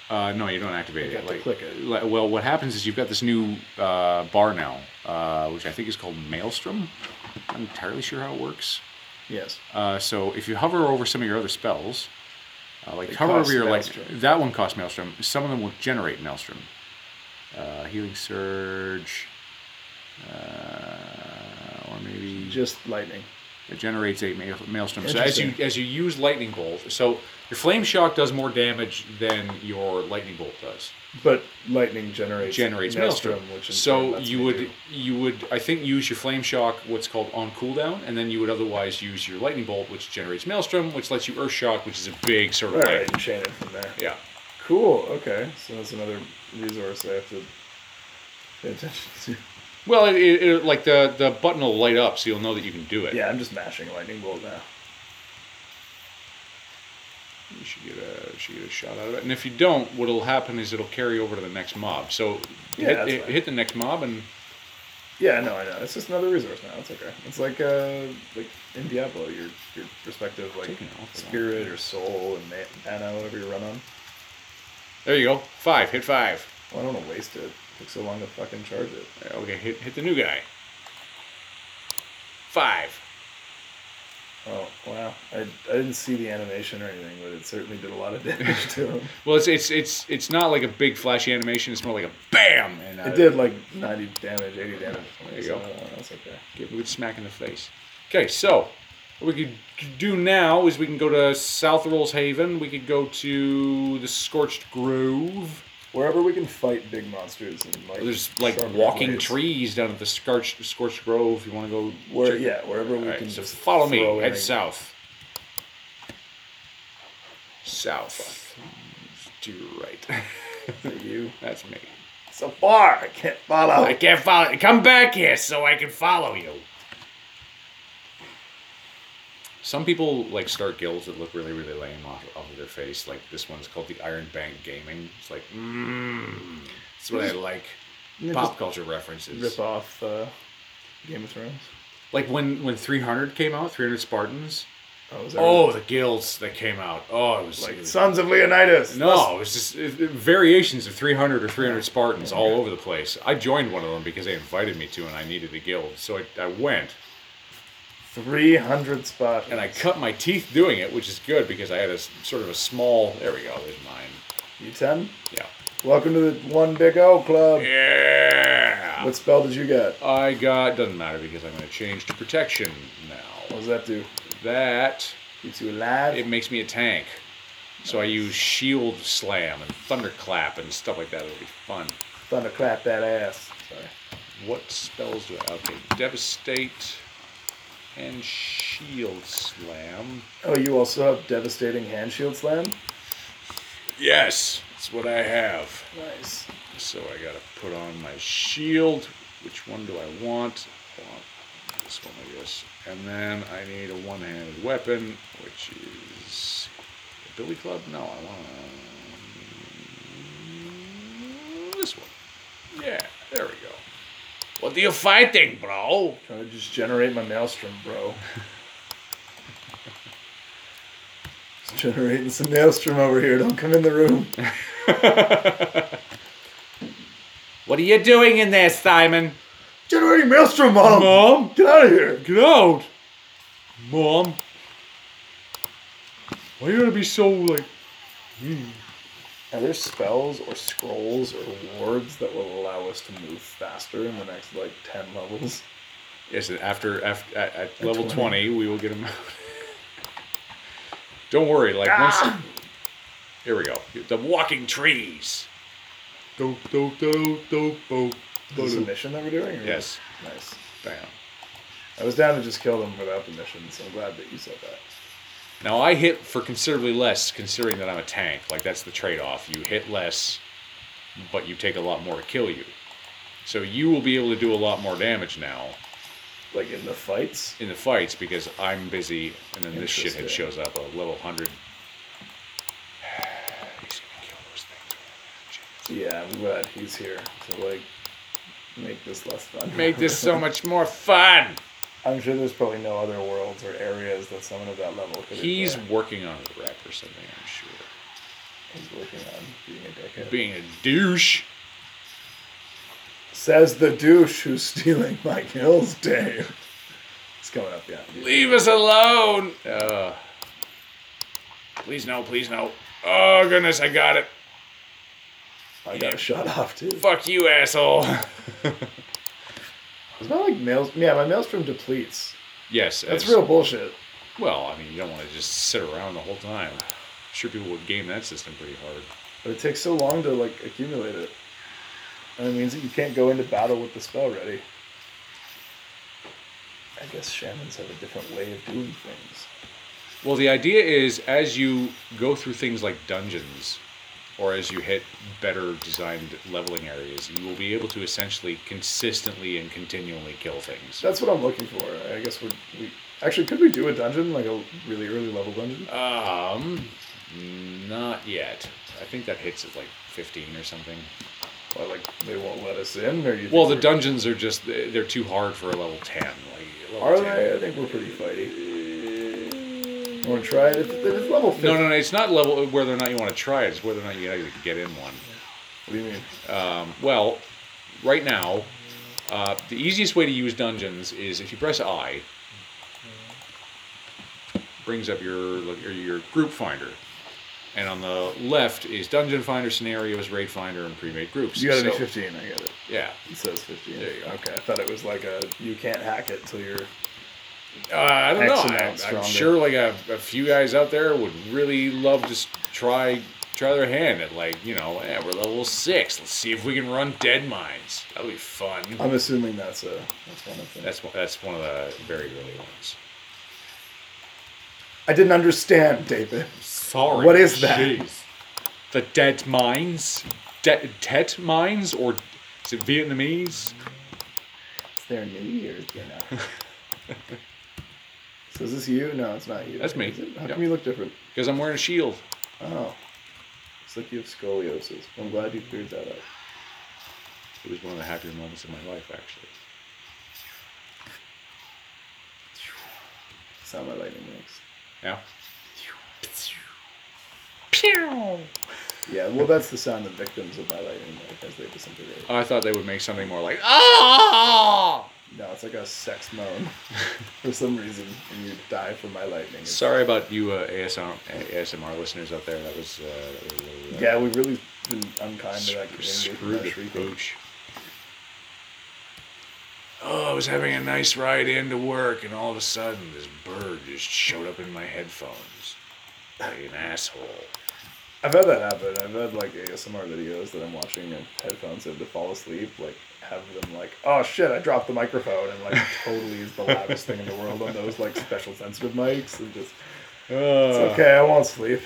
Speaker 2: uh, no, you don't activate
Speaker 1: You
Speaker 2: it.
Speaker 1: have to click it.
Speaker 2: li- well, what happens is you've got this new uh, bar now, uh, which I think is called Maelstrom. I'm not entirely sure how it works.
Speaker 1: Yes.
Speaker 2: Uh, so if you hover over some of your other spells, uh, like
Speaker 1: They
Speaker 2: hover
Speaker 1: cost
Speaker 2: over your
Speaker 1: Maelstrom.
Speaker 2: like that one costs maelstrom. Some of them will generate maelstrom. Uh, healing surge, uh, or maybe
Speaker 1: Just lightning.
Speaker 2: it generates eight mael- maelstrom. So as you
Speaker 1: Interesting.
Speaker 2: as you use lightning bolt, so Your flame shock does more damage than your lightning bolt does.
Speaker 1: But lightning generates
Speaker 2: Generates
Speaker 1: maelstrom,
Speaker 2: maelstrom,
Speaker 1: which in turn
Speaker 2: so
Speaker 1: lets
Speaker 2: you
Speaker 1: me
Speaker 2: would
Speaker 1: do-
Speaker 2: you would I think use your flame shock what's called on cooldown, and then you would otherwise use your lightning bolt, which generates maelstrom, which lets you earth shock, which is a big sort of
Speaker 1: All
Speaker 2: like
Speaker 1: right, chain it from there.
Speaker 2: yeah.
Speaker 1: Cool. Okay, so that's another resource I have to pay attention to.
Speaker 2: Well, it, it, it- like the the button will light up, so you'll know that you can do it.
Speaker 1: Yeah, I'm just mashing lightning bolt now.
Speaker 2: You should get a you should get a shot out of it. And if you don't, what'll happen is it'll carry over to the next mob. So
Speaker 1: Yeah,
Speaker 2: hit,
Speaker 1: that's
Speaker 2: hit,
Speaker 1: fine.
Speaker 2: hit the next mob and
Speaker 1: Yeah, no, I know. It's just another resource now. It's okay. It's like uh, like in Diablo, your your respective like
Speaker 2: Taking it off, but-
Speaker 1: spirit or soul and ma- mana, whatever you run on.
Speaker 2: there you go. Five, hit five.
Speaker 1: Well, I don't want to waste it. It Takes so long to fucking charge it.
Speaker 2: Yeah, Okay, hit hit the new guy. Five.
Speaker 1: Oh wow! I, I didn't see the animation or anything, but it certainly did a lot of damage to him.
Speaker 2: Well, it's it's it's it's not like a big flashy animation. It's more like a bam. And uh,
Speaker 1: It did like 90 damage, 80 damage.
Speaker 2: There you
Speaker 1: so,
Speaker 2: go.
Speaker 1: uh, that's okay.
Speaker 2: Give it a smack in the face. Okay, so what we could do now is we can go to South Rolls Haven. We could go to the Scorched Grove.
Speaker 1: Wherever we can fight big monsters and like
Speaker 2: There's like
Speaker 1: sharp
Speaker 2: walking
Speaker 1: blades.
Speaker 2: trees down at the Scorched Scorched Grove. You want to go?
Speaker 1: Where
Speaker 2: check-
Speaker 1: yeah, wherever we
Speaker 2: All right,
Speaker 1: can
Speaker 2: so
Speaker 1: just
Speaker 2: follow me.
Speaker 1: throw
Speaker 2: Head
Speaker 1: in-
Speaker 2: south. South. To your right.
Speaker 1: to you.
Speaker 2: That's me.
Speaker 1: So far, I can't follow.
Speaker 2: I can't follow. Come back here so I can follow you. Some people like start guilds that look really, really lame off, off of their face. Like this one's called the Iron Bank Gaming. It's like, mmm. That's what I like.
Speaker 1: You
Speaker 2: Pop
Speaker 1: just
Speaker 2: culture references.
Speaker 1: rip off uh, Game of Thrones.
Speaker 2: Like when when 300 came out, 300 Spartans.
Speaker 1: Oh, is that
Speaker 2: Oh, the guilds that came out. Oh, it was
Speaker 1: like Sons of Leonidas.
Speaker 2: No, it was just it, it- variations of 300 or 300 Spartans all over the place. I joined one of them because they invited me to and I needed a guild. So I, I went.
Speaker 1: 300 spots.
Speaker 2: and I cut my teeth doing it, which is good because I had a s- sort of a small. There we go. There's mine.
Speaker 1: You 10?
Speaker 2: Yeah.
Speaker 1: Welcome to the One Big O Club.
Speaker 2: Yeah.
Speaker 1: What spell did you get?
Speaker 2: I got doesn't matter because I'm going to change to protection
Speaker 1: What
Speaker 2: now.
Speaker 1: does that do?
Speaker 2: That
Speaker 1: Keeps you alive?
Speaker 2: it makes me a tank, so I use shield slam and thunderclap and stuff like that. It'll be fun.
Speaker 1: Thunderclap that ass. Sorry.
Speaker 2: What spells do I? Okay, devastate and shield slam.
Speaker 1: Oh, you also have Devastating Hand Shield Slam?
Speaker 2: Yes, that's what I have.
Speaker 1: Nice.
Speaker 2: So I gotta put on my shield. Which one do I want? I want this one, I guess. And then I need a one-handed weapon, which is a billy club. No, I want um, this one. Yeah, there we go. What are you fighting, bro?
Speaker 1: Trying to just generate my maelstrom, bro. just generating some maelstrom over here. Don't come in the room.
Speaker 2: What are you doing in there, Simon?
Speaker 1: generating maelstrom, mom.
Speaker 2: Mom?
Speaker 1: Get out of here.
Speaker 2: Get out, mom. Why you gotta be so like?
Speaker 1: Are there spells or scrolls or wards that will allow us to move faster in the next like ten levels?
Speaker 2: Yes, and after, after at, at level
Speaker 1: 20.
Speaker 2: 20. we will get him out. Don't worry, like once. Here we go. The walking trees. Do, do, do, do, do,
Speaker 1: Is
Speaker 2: do,
Speaker 1: this a
Speaker 2: do.
Speaker 1: mission that we're doing? or-
Speaker 2: Yes.
Speaker 1: Nice.
Speaker 2: Bam.
Speaker 1: I was down to just kill them without the mission, so I'm glad that you said that.
Speaker 2: Now I hit for considerably less, considering that I'm a tank. Like that's the trade-off. You hit less, but you take a lot more to kill you. So you will be able to do a lot more damage now
Speaker 1: Like in the fights.
Speaker 2: in the fights because I'm busy, and then this shithead
Speaker 1: Interesting.
Speaker 2: shows up a level hundred. He's gonna kill those things.
Speaker 1: Yeah, I'm glad he's here to like make this less fun.
Speaker 2: Make this so much more fun.
Speaker 1: I'm sure there's probably no other worlds or areas that someone of that level could.
Speaker 2: He's
Speaker 1: explore.
Speaker 2: working on a rep or something, I'm sure.
Speaker 1: he's working on being a dickhead.
Speaker 2: Being a douche.
Speaker 1: Says the douche who's stealing my kills, Dave. It's coming up, yeah.
Speaker 2: Leave us alone. Uh, please no, please no. Oh goodness, I got it.
Speaker 1: I got a shot off too.
Speaker 2: Fuck you, asshole.
Speaker 1: It's not like mails. Yeah, my maelstrom depletes.
Speaker 2: yes,
Speaker 1: That's
Speaker 2: as-
Speaker 1: real bullshit.
Speaker 2: Well, I mean, you don't want to just sit around the whole time. sure people would game that system pretty hard.
Speaker 1: But it takes so long to like accumulate it. And it means that you can't go into battle with the spell ready. I guess shamans have a different way of doing things.
Speaker 2: Well, the idea is as you go through things like dungeons, or as you hit better designed leveling areas, you will be able to essentially consistently and continually kill things.
Speaker 1: That's what I'm looking for. I guess we we actually could we do a dungeon like a really early level dungeon?
Speaker 2: Um, not yet. I think that hits at like 15 or something.
Speaker 1: Or like they won't let us in, or you? think
Speaker 2: Well, the
Speaker 1: we're-
Speaker 2: dungeons are just they're too hard for a level 10. Like level
Speaker 1: Are
Speaker 2: 10.
Speaker 1: they? I think we're pretty fighty. Want to try it? It's, it's level. 50.
Speaker 2: No, no, no. It's not level whether or not you want to try it. It's whether or not you actually get in one.
Speaker 1: What do you mean?
Speaker 2: Well, right now, uh, the easiest way to use dungeons is if you press I, brings up your look- or your group finder, and on the left is dungeon finder, scenarios, raid finder, and pre-made groups.
Speaker 1: You got to be
Speaker 2: So,
Speaker 1: 15. I get it.
Speaker 2: Yeah.
Speaker 1: It says 15.
Speaker 2: There you go.
Speaker 1: Okay, I thought it was like a you can't hack it till you're.
Speaker 2: Uh, I don't
Speaker 1: X
Speaker 2: know. I, I'm
Speaker 1: amount stronger.
Speaker 2: sure like a, a few guys out there would really love to s- try try their hand at like you know eh, we're level six. Let's see if we can run dead mines. That'll be fun.
Speaker 1: I'm assuming that's a that's one of them.
Speaker 2: That's one- that's one of the very early ones.
Speaker 1: I didn't understand, David.
Speaker 2: Sorry.
Speaker 1: What is that?
Speaker 2: The dead mines? De- dead mines? Or is it Vietnamese?
Speaker 1: It's their New Year's dinner. so is this you? No, it's not you.
Speaker 2: That's me.
Speaker 1: Is it? How
Speaker 2: Yeah.
Speaker 1: come you look different?
Speaker 2: Because I'm wearing a shield.
Speaker 1: Oh, it's like you have scoliosis. I'm glad you cleared that up.
Speaker 2: It was one of the happier moments of my life, actually.
Speaker 1: Sound my lightning makes.
Speaker 2: Yeah?
Speaker 1: Yeah, well, that's the sound the victims of my lightning make as they disintegrate.
Speaker 2: I thought they would make something more like, ah!
Speaker 1: No, it's like a sex moan for some reason, and you die from my lightning. It's-
Speaker 2: Sorry about you uh, ASMR, ASMR listeners out there. That was, uh, that was a little, uh,
Speaker 1: Yeah, we've really been unkind to that
Speaker 2: Screw-
Speaker 1: community.
Speaker 2: Screw
Speaker 1: That's
Speaker 2: the
Speaker 1: ridiculous.
Speaker 2: coach. Oh, I was having a nice ride into work, and all of a sudden, this bird just showed up in my headphones. Like an asshole.
Speaker 1: I've had that happen. I've had like ASMR videos that I'm watching and headphones in to fall asleep. Like have them like, oh shit, I dropped the microphone, and like totally is the loudest thing in the world on those like special sensitive mics, and just it's
Speaker 2: Uh.
Speaker 1: okay, I won't sleep.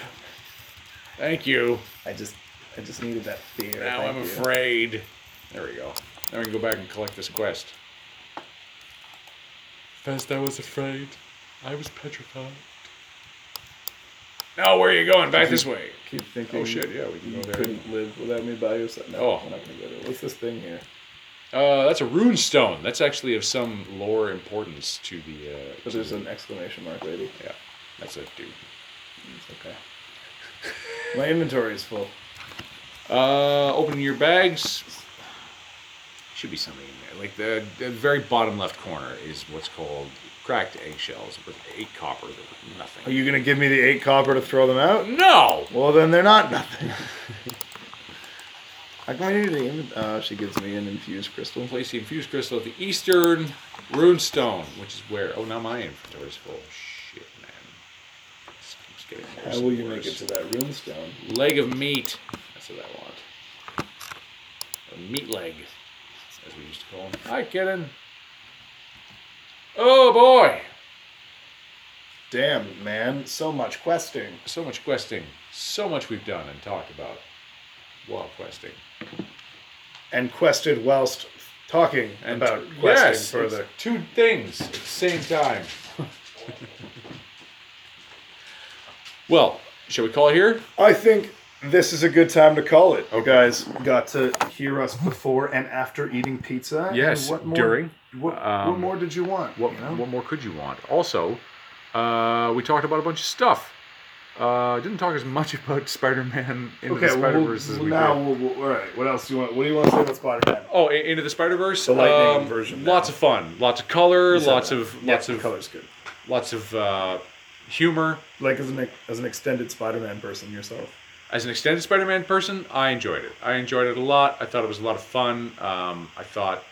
Speaker 2: Thank you.
Speaker 1: I just I just needed that fear.
Speaker 2: Now
Speaker 1: Thank you.
Speaker 2: I'm afraid. There we go. Now we can go back and collect this quest.
Speaker 5: First I was afraid. I was petrified.
Speaker 2: No, where are you going? Back this way.
Speaker 1: Keep thinking.
Speaker 2: Oh, shit, yeah, we can
Speaker 1: you
Speaker 2: go there.
Speaker 1: couldn't live without me by your side. No,
Speaker 2: Oh.
Speaker 1: I'm not gonna go there. What's this thing here?
Speaker 2: Uh, that's a rune stone. That's actually of some lore importance to the. Uh,
Speaker 1: But
Speaker 2: to
Speaker 1: there's
Speaker 2: the-
Speaker 1: an exclamation mark, lady.
Speaker 2: Yeah, that's it, dude.
Speaker 1: It's okay. My inventory is full.
Speaker 2: Uh, open your bags. Should be something in there. Like the, the very bottom left corner is what's called cracked eggshells with eight copper. There were
Speaker 1: Are
Speaker 2: nothing.
Speaker 1: you gonna give me the eight copper to throw them out?
Speaker 2: No.
Speaker 1: Well, then they're not nothing. How come I need the inven- uh, She gives me an infused crystal.
Speaker 2: Place the infused crystal at the eastern runestone, which is where. Oh, now my inventory's full. Shit, man. This keeps getting worse
Speaker 1: How will
Speaker 2: and
Speaker 1: you make it
Speaker 2: worse.
Speaker 1: to that runestone?
Speaker 2: Leg of meat. That's what I want. Or meat leg, as we used to call them. Hi, kitten. Oh boy.
Speaker 1: Damn, man, so much questing.
Speaker 2: so much questing, so much we've done and talked about while questing.
Speaker 1: And quested whilst talking
Speaker 2: And
Speaker 1: about
Speaker 2: t-
Speaker 1: questing
Speaker 2: yes,
Speaker 1: further.
Speaker 2: it's two things at the same time. well, shall we call it here?
Speaker 1: I think this is a good time to call it. You guys got to hear us before and after eating pizza. and
Speaker 2: Yes,
Speaker 1: what more,
Speaker 2: during.
Speaker 1: What, what
Speaker 2: Um,
Speaker 1: more did you want?
Speaker 2: What,
Speaker 1: you know?
Speaker 2: what more could you want? Also, uh, we talked about a bunch of stuff. Uh, didn't talk as much about Spider-Man into the
Speaker 1: okay, well, we'll,
Speaker 2: Spider-Verse as we
Speaker 1: now,
Speaker 2: did.
Speaker 1: we'll, we'll, all right. What else do you want? What do you want to say about Spider-Man?
Speaker 2: Oh, I- into the Spider-Verse.
Speaker 1: The lightning
Speaker 2: um,
Speaker 1: version
Speaker 2: Lots
Speaker 1: now.
Speaker 2: of fun, lots of color,
Speaker 1: You said
Speaker 2: lots
Speaker 1: that.
Speaker 2: of lots
Speaker 1: yeah,
Speaker 2: of
Speaker 1: color's good.
Speaker 2: lots of uh, humor.
Speaker 1: Like as an as an extended Spider-Man person yourself.
Speaker 2: as an extended Spider-Man person, I enjoyed it. I enjoyed it a lot. I thought it was a lot of fun. Um, I thought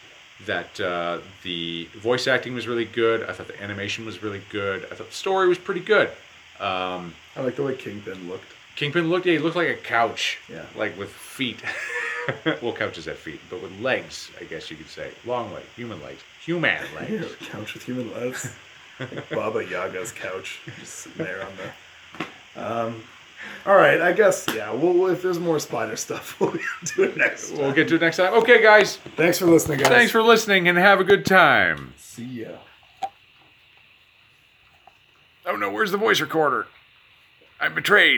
Speaker 2: that uh, the voice acting was really good. I thought the animation was really good. I thought the story was pretty good. Um,
Speaker 1: I like the way Kingpin looked.
Speaker 2: Kingpin looked. Yeah, he looked like a couch.
Speaker 1: Yeah.
Speaker 2: Like with feet. well, couches have feet, but with legs, I guess you could say. Long legs, human legs, human legs.
Speaker 1: couch with human legs. Like Baba Yaga's couch, just sitting there on the. Um, all right, I guess yeah. We'll, we'll- if there's more spider stuff, we'll do it next. Time.
Speaker 2: we'll get to it next time. Okay, guys.
Speaker 1: Thanks for listening, guys.
Speaker 2: Thanks for listening and have a good time.
Speaker 1: see ya.
Speaker 2: Oh no, where's the voice recorder? I'm betrayed.